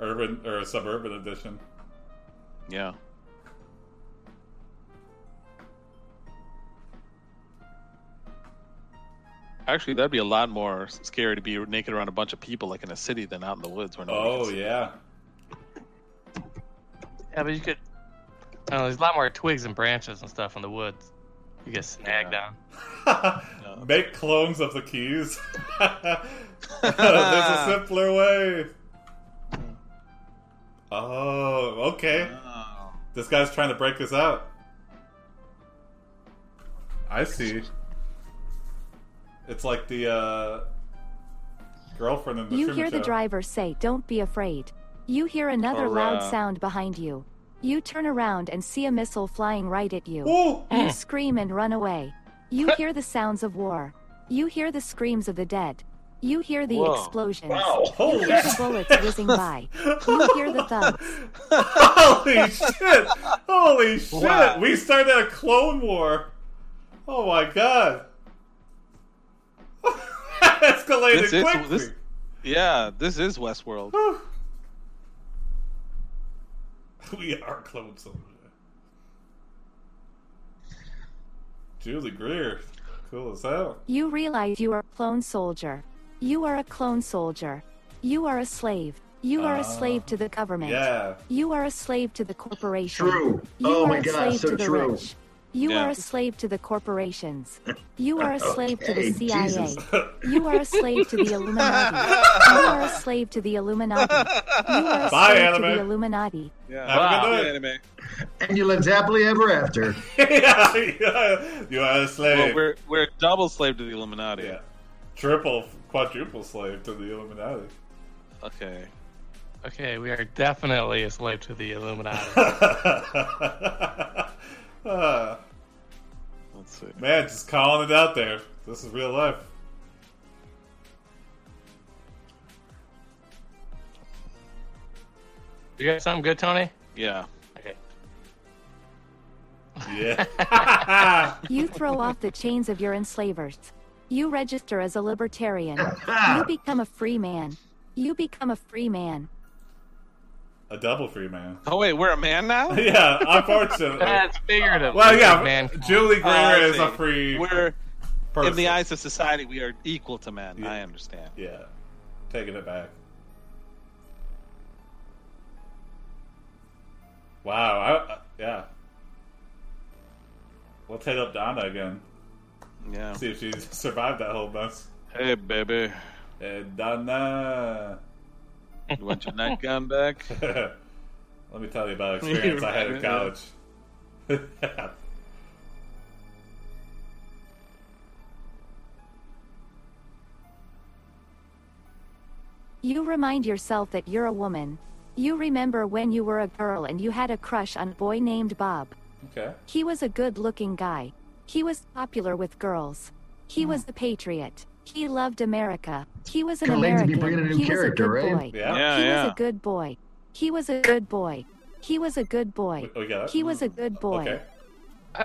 A: Urban or suburban edition.
B: Yeah. Actually, that'd be a lot more scary to be naked around a bunch of people, like in a city, than out in the woods where nobody
A: Oh
B: can see.
A: yeah.
D: Yeah, but you could. I don't know, there's a lot more twigs and branches and stuff in the woods. You get snagged
B: Yeah.
D: on.
A: Make clones of the keys. There's a simpler way. Oh, okay.
B: Oh.
A: This guy's trying to break us out. I see. It's like the uh, girlfriend in the
E: you
A: Truman
E: hear the
A: Show.
E: driver say, Don't be afraid. You hear another
A: Oh,
B: Or,
E: loud
B: uh,
E: sound behind you. You turn around and see a missile flying right at you.
A: Ooh!
E: You scream and run away. You hear the sounds of war. You hear the screams of the dead. You hear the
B: Whoa.
E: explosions. You
A: Holy
E: hear the bullets whizzing by. You hear the thuds.
A: Holy shit! Holy shit!
B: Wow.
A: We started a clone war. Oh my god! Escalated
B: This is-
A: quickly.
B: this- Yeah, this is Westworld.
A: Whew. We are clone soldier. Julie Greer, cool as hell.
E: You realize you are a clone soldier. You are a clone soldier. You are a slave. You are a slave to the government.
A: Ah. Yeah.
E: You are a slave to the corporation.
C: True.
E: You
C: oh
E: are
C: my
E: a
C: God,
E: slave
C: so
E: to the
C: true.
E: rich. You
B: Yeah.
E: are a slave to the corporations. You are a slave to
C: Okay,
E: the CIA.
C: Jesus.
E: You are a slave to the Illuminati. You are a slave to the Illuminati. You are a
A: Bye,
E: slave to
A: anime.
E: the Illuminati.
B: Yeah,
A: Have a
D: Wow.
A: good
B: good
A: night.
B: anime.
C: And you lived happily ever after.
A: yeah, yeah. You are a
B: Well,
A: slave.
B: we're we're double slave to the Illuminati.
A: yeah. Triple, quadruple slave to the Illuminati.
B: Okay.
D: Okay, we are definitely a slave to the Illuminati.
A: Ah,
B: Let's see.
A: man, just calling it out there. This is real life.
D: you got something good, Tony?
B: Yeah.
D: Okay.
A: Yeah.
E: You throw off the chains of your enslavers. You register as a libertarian. You become a free man. You become a free man.
A: a double free man.
B: Oh wait, we're a man now.
A: Yeah, unfortunately.
D: That's figurative.
A: Well, yeah,
D: man.
A: Julie Greer
B: Oh, I
A: is a
B: see.
A: free
B: We're
A: person.
B: in the eyes of society, we are equal to men.
A: Yeah.
B: I understand.
A: Yeah, taking it back. Wow. I, uh, yeah. Let's hit up Donna again.
B: Yeah.
A: See if she survived that whole mess.
B: Hey, baby,
A: Hey, Donna.
B: you want your nightgown back?
A: Let me tell you about an experience I had in college.
E: You remind yourself that you're a woman. You remember when you were a girl and you had a crush on a boy named Bob.
A: okay.
E: He was a good looking guy. He was popular with girls.
C: Hmm.
E: He was a patriot. He loved America. He was an
C: Kinda lame to
E: American.
C: be bringing in a new
E: he
C: character,
E: was a good
C: right?
E: boy.
A: Yeah.
B: Yeah,
E: he
B: yeah.
E: was a good boy. He was a good boy. He was a good boy.
A: We- we got it?
E: He was a good boy.
A: Oh, Okay.
D: Uh,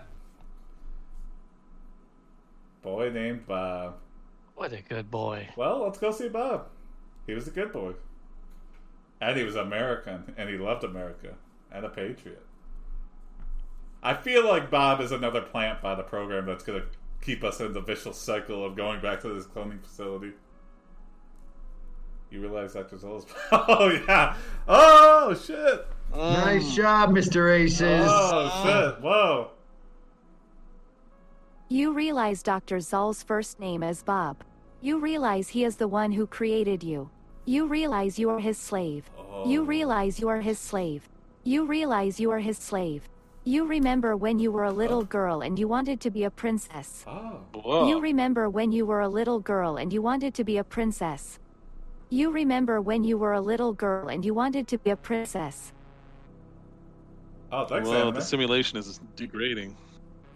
A: Boy named Bob.
D: What a good boy.
A: Well, let's go see Bob. He was a good boy. And he was American, and he loved America, and a patriot. I feel like Bob is another plant by the program that's going to keep us in the vicious cycle of going back to this cloning facility. You realize Dr. Zoll's. oh, yeah. Oh, shit.
C: nice job, Mr. Aces.
A: Oh, shit. Whoa.
E: You realize Dr. Zoll's first name is Bob. You realize he is the one who created you. You realize you are his slave. You
A: Oh.
E: realize you are his slave. You realize you are his slave. You remember when you were a little girl and you wanted to be a princess.
A: Oh.
B: Whoa.
E: You remember when you were a little girl and you wanted to be a princess. You remember when you were a little girl and you wanted to be a princess.
A: Oh, thanks,
B: Whoa,
A: anime.
B: the simulation is degrading.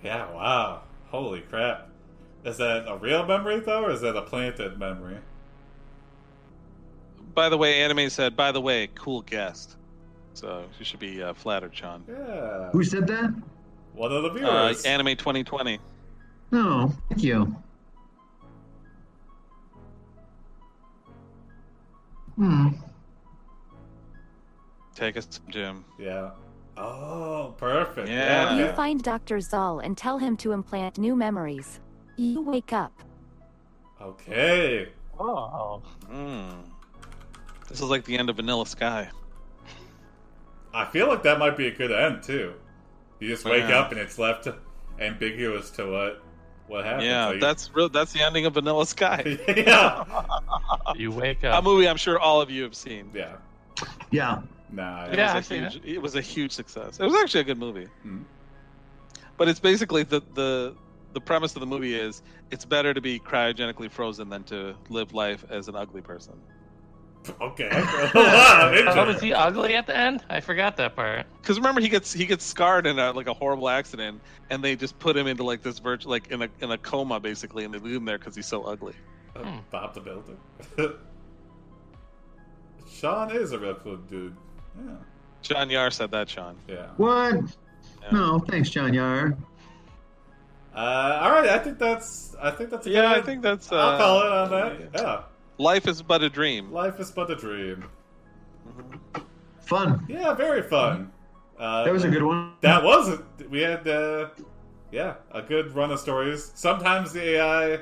A: Yeah, wow. Holy crap. Is that a real memory, though, or is that a planted memory?
B: By the way, anime said, by the way, cool guest. So you should be uh, flattered, Sean.
A: Yeah.
C: Who said that?
A: One of the
B: Uh,
A: viewers.
B: anime 2020.
C: No, thank you. Hmm.
B: Take us, Jim.
A: yeah. Oh, perfect.
B: Yeah.
E: You
A: okay.
E: find Dr. Zoll and tell him to implant new memories. You wake up.
A: Okay.
D: Oh.
B: Mm. This is like the end of Vanilla Sky.
A: I feel like that might be a good end too. You just wake
B: Yeah.
A: up and it's left ambiguous to what what happened.
B: yeah,
A: So you-
B: that's real. That's the ending of Vanilla Sky.
A: yeah,
D: You wake
B: a
D: up.
B: movie I'm sure all of you have seen.
A: yeah.
C: Yeah.
A: Nah,
B: It
D: Yeah,
B: was a
D: I've seen
B: huge, it was a huge success. It was actually a good movie.
A: Mhm.
B: But it's basically the, the the premise of the movie is it's better to be cryogenically frozen than to live life as an ugly person.
A: okay. Wow,
D: Oh, was
A: interesting.
D: he ugly at the end? I forgot that part.
B: Because remember, he gets he gets scarred in a, like a horrible accident, and they just put him into like this virtual like in a in a coma basically, and they leave him there because he's so ugly.
A: Uh, Bob the Builder. Sean is a redwood dude. Yeah,
B: John Yar said that. Sean.
A: yeah.
C: What?
B: Yeah.
C: No, thanks, John Yar.
A: Uh, all right, I think that's I think that's a
B: Yeah,
A: good
B: I
A: end.
B: think that's. Uh,
A: I'll call it on that. Yeah,
B: Life is but a dream.
A: life is but a dream.
C: Fun.
A: Yeah, very fun. Uh,
C: Mm-hmm. That was a good one.
A: That was it. We had, uh, yeah, a good run of stories. Sometimes the AI,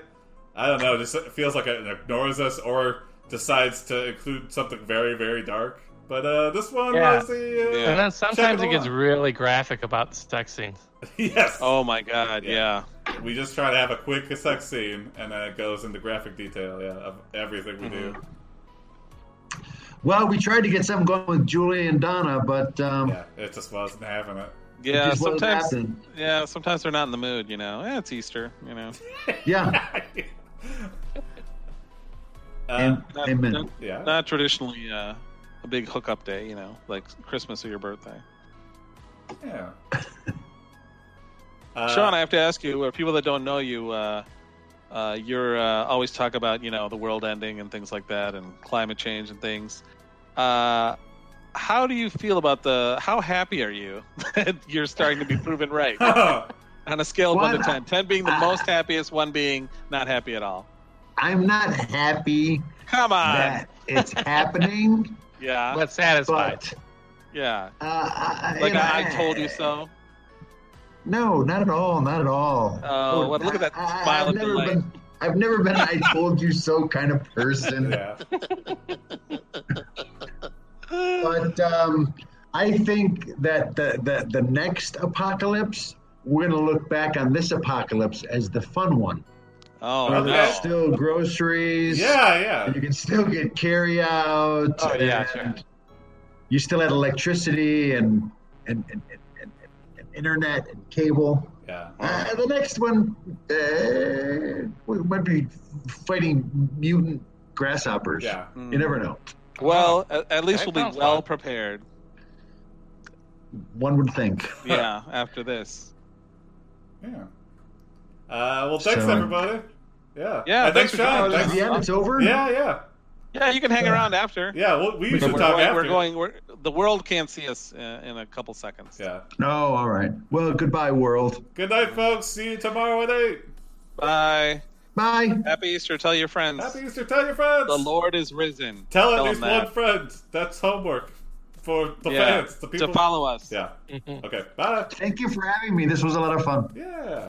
A: I don't know, just feels like it ignores us or decides to include something very, very dark. But uh, this one
D: Yeah.
A: was the. Uh,
B: Yeah.
D: And then sometimes
A: Check
D: it
A: it
D: gets
A: out.
D: really graphic about the sex scenes.
A: yes.
B: Oh my God!
A: Yeah.
B: yeah.
A: We just try to have a quick sex scene, and then it goes into graphic detail, yeah, of everything we do.
C: Well, we tried to get something going with Julie and Donna, but um,
A: Yeah, it just wasn't having it.
C: it
B: Yeah,
C: just wasn't
B: sometimes.
C: happening.
B: Yeah, sometimes they're not in the mood. You know, eh, it's Easter. You know,
C: Yeah.
A: uh,
C: And,
B: not,
C: amen.
B: not,
A: yeah.
B: not traditionally uh, a big hookup day. You know, like Christmas or your birthday.
A: yeah. Uh,
B: Sean, I have to ask you. For people that don't know you, uh, uh, you're uh, always talk about you know the world ending and things like that, and climate change and things. Uh, how do you feel about the? How happy are you that you're starting to be proven right
A: Uh, oh,
B: on a scale of one to
C: What?
B: ten? Ten being the most happiest, one being not happy at all.
C: I'm not happy
B: Come on,
C: that it's happening,
B: yeah,
D: But satisfied.
C: but
B: yeah.
C: uh, I,
B: Like
C: you know,
B: I, I told you so.
C: No, not at all. Not at all.
B: Oh, well, look at that smile
C: I've
B: of
C: never
B: delight.
C: been. I've never been. an I told you so kind of person.
A: yeah.
B: Oh,
C: But um, I think that the, the the next apocalypse, we're gonna look back on this apocalypse as the fun one.
B: Oh,
C: Where
B: no.
C: there's still groceries.
A: Yeah, yeah.
C: and You can still get carry out.
D: Oh, yeah,
C: and You still had electricity and and, and, and, and, and internet and cable.
A: Yeah.
C: Uh, the next one, uh, we might be fighting mutant grasshoppers.
A: Yeah.
B: Mm.
C: You never know.
B: Well, at, at least we'll
D: That
B: be
D: sounds
B: well
D: fun.
B: prepared.
C: One would think.
B: Yeah, after this.
A: Yeah. Uh, well, thanks,
C: So-
A: everybody. Yeah.
B: Yeah,
A: And thanks,
B: thanks for
A: Sean.
B: joining us.
C: At
A: Thanks.
C: the end, it's over.
A: Yeah, yeah.
B: Yeah, you can hang around after.
A: Yeah, well, we
C: We
A: should
B: we're,
A: talk
B: going,
A: after.
B: we're going. We're the world can't see us uh, in a couple seconds.
A: Yeah.
C: No, Oh, all right. Well, goodbye, world.
A: Good night, folks. See you tomorrow at 8.
B: Bye.
C: Bye.
B: Happy Easter. Tell your friends.
A: Happy Easter. Tell your friends.
B: the Lord is risen.
A: Tell at
B: Tell
A: least
B: them that.
A: one friend. That's homework for the
B: Yeah,
A: fans, the
B: to
A: people.
B: follow Mm-hmm. us.
A: yeah. Okay. Bye.
C: Thank you for having me. This was a lot of fun.
A: Yeah.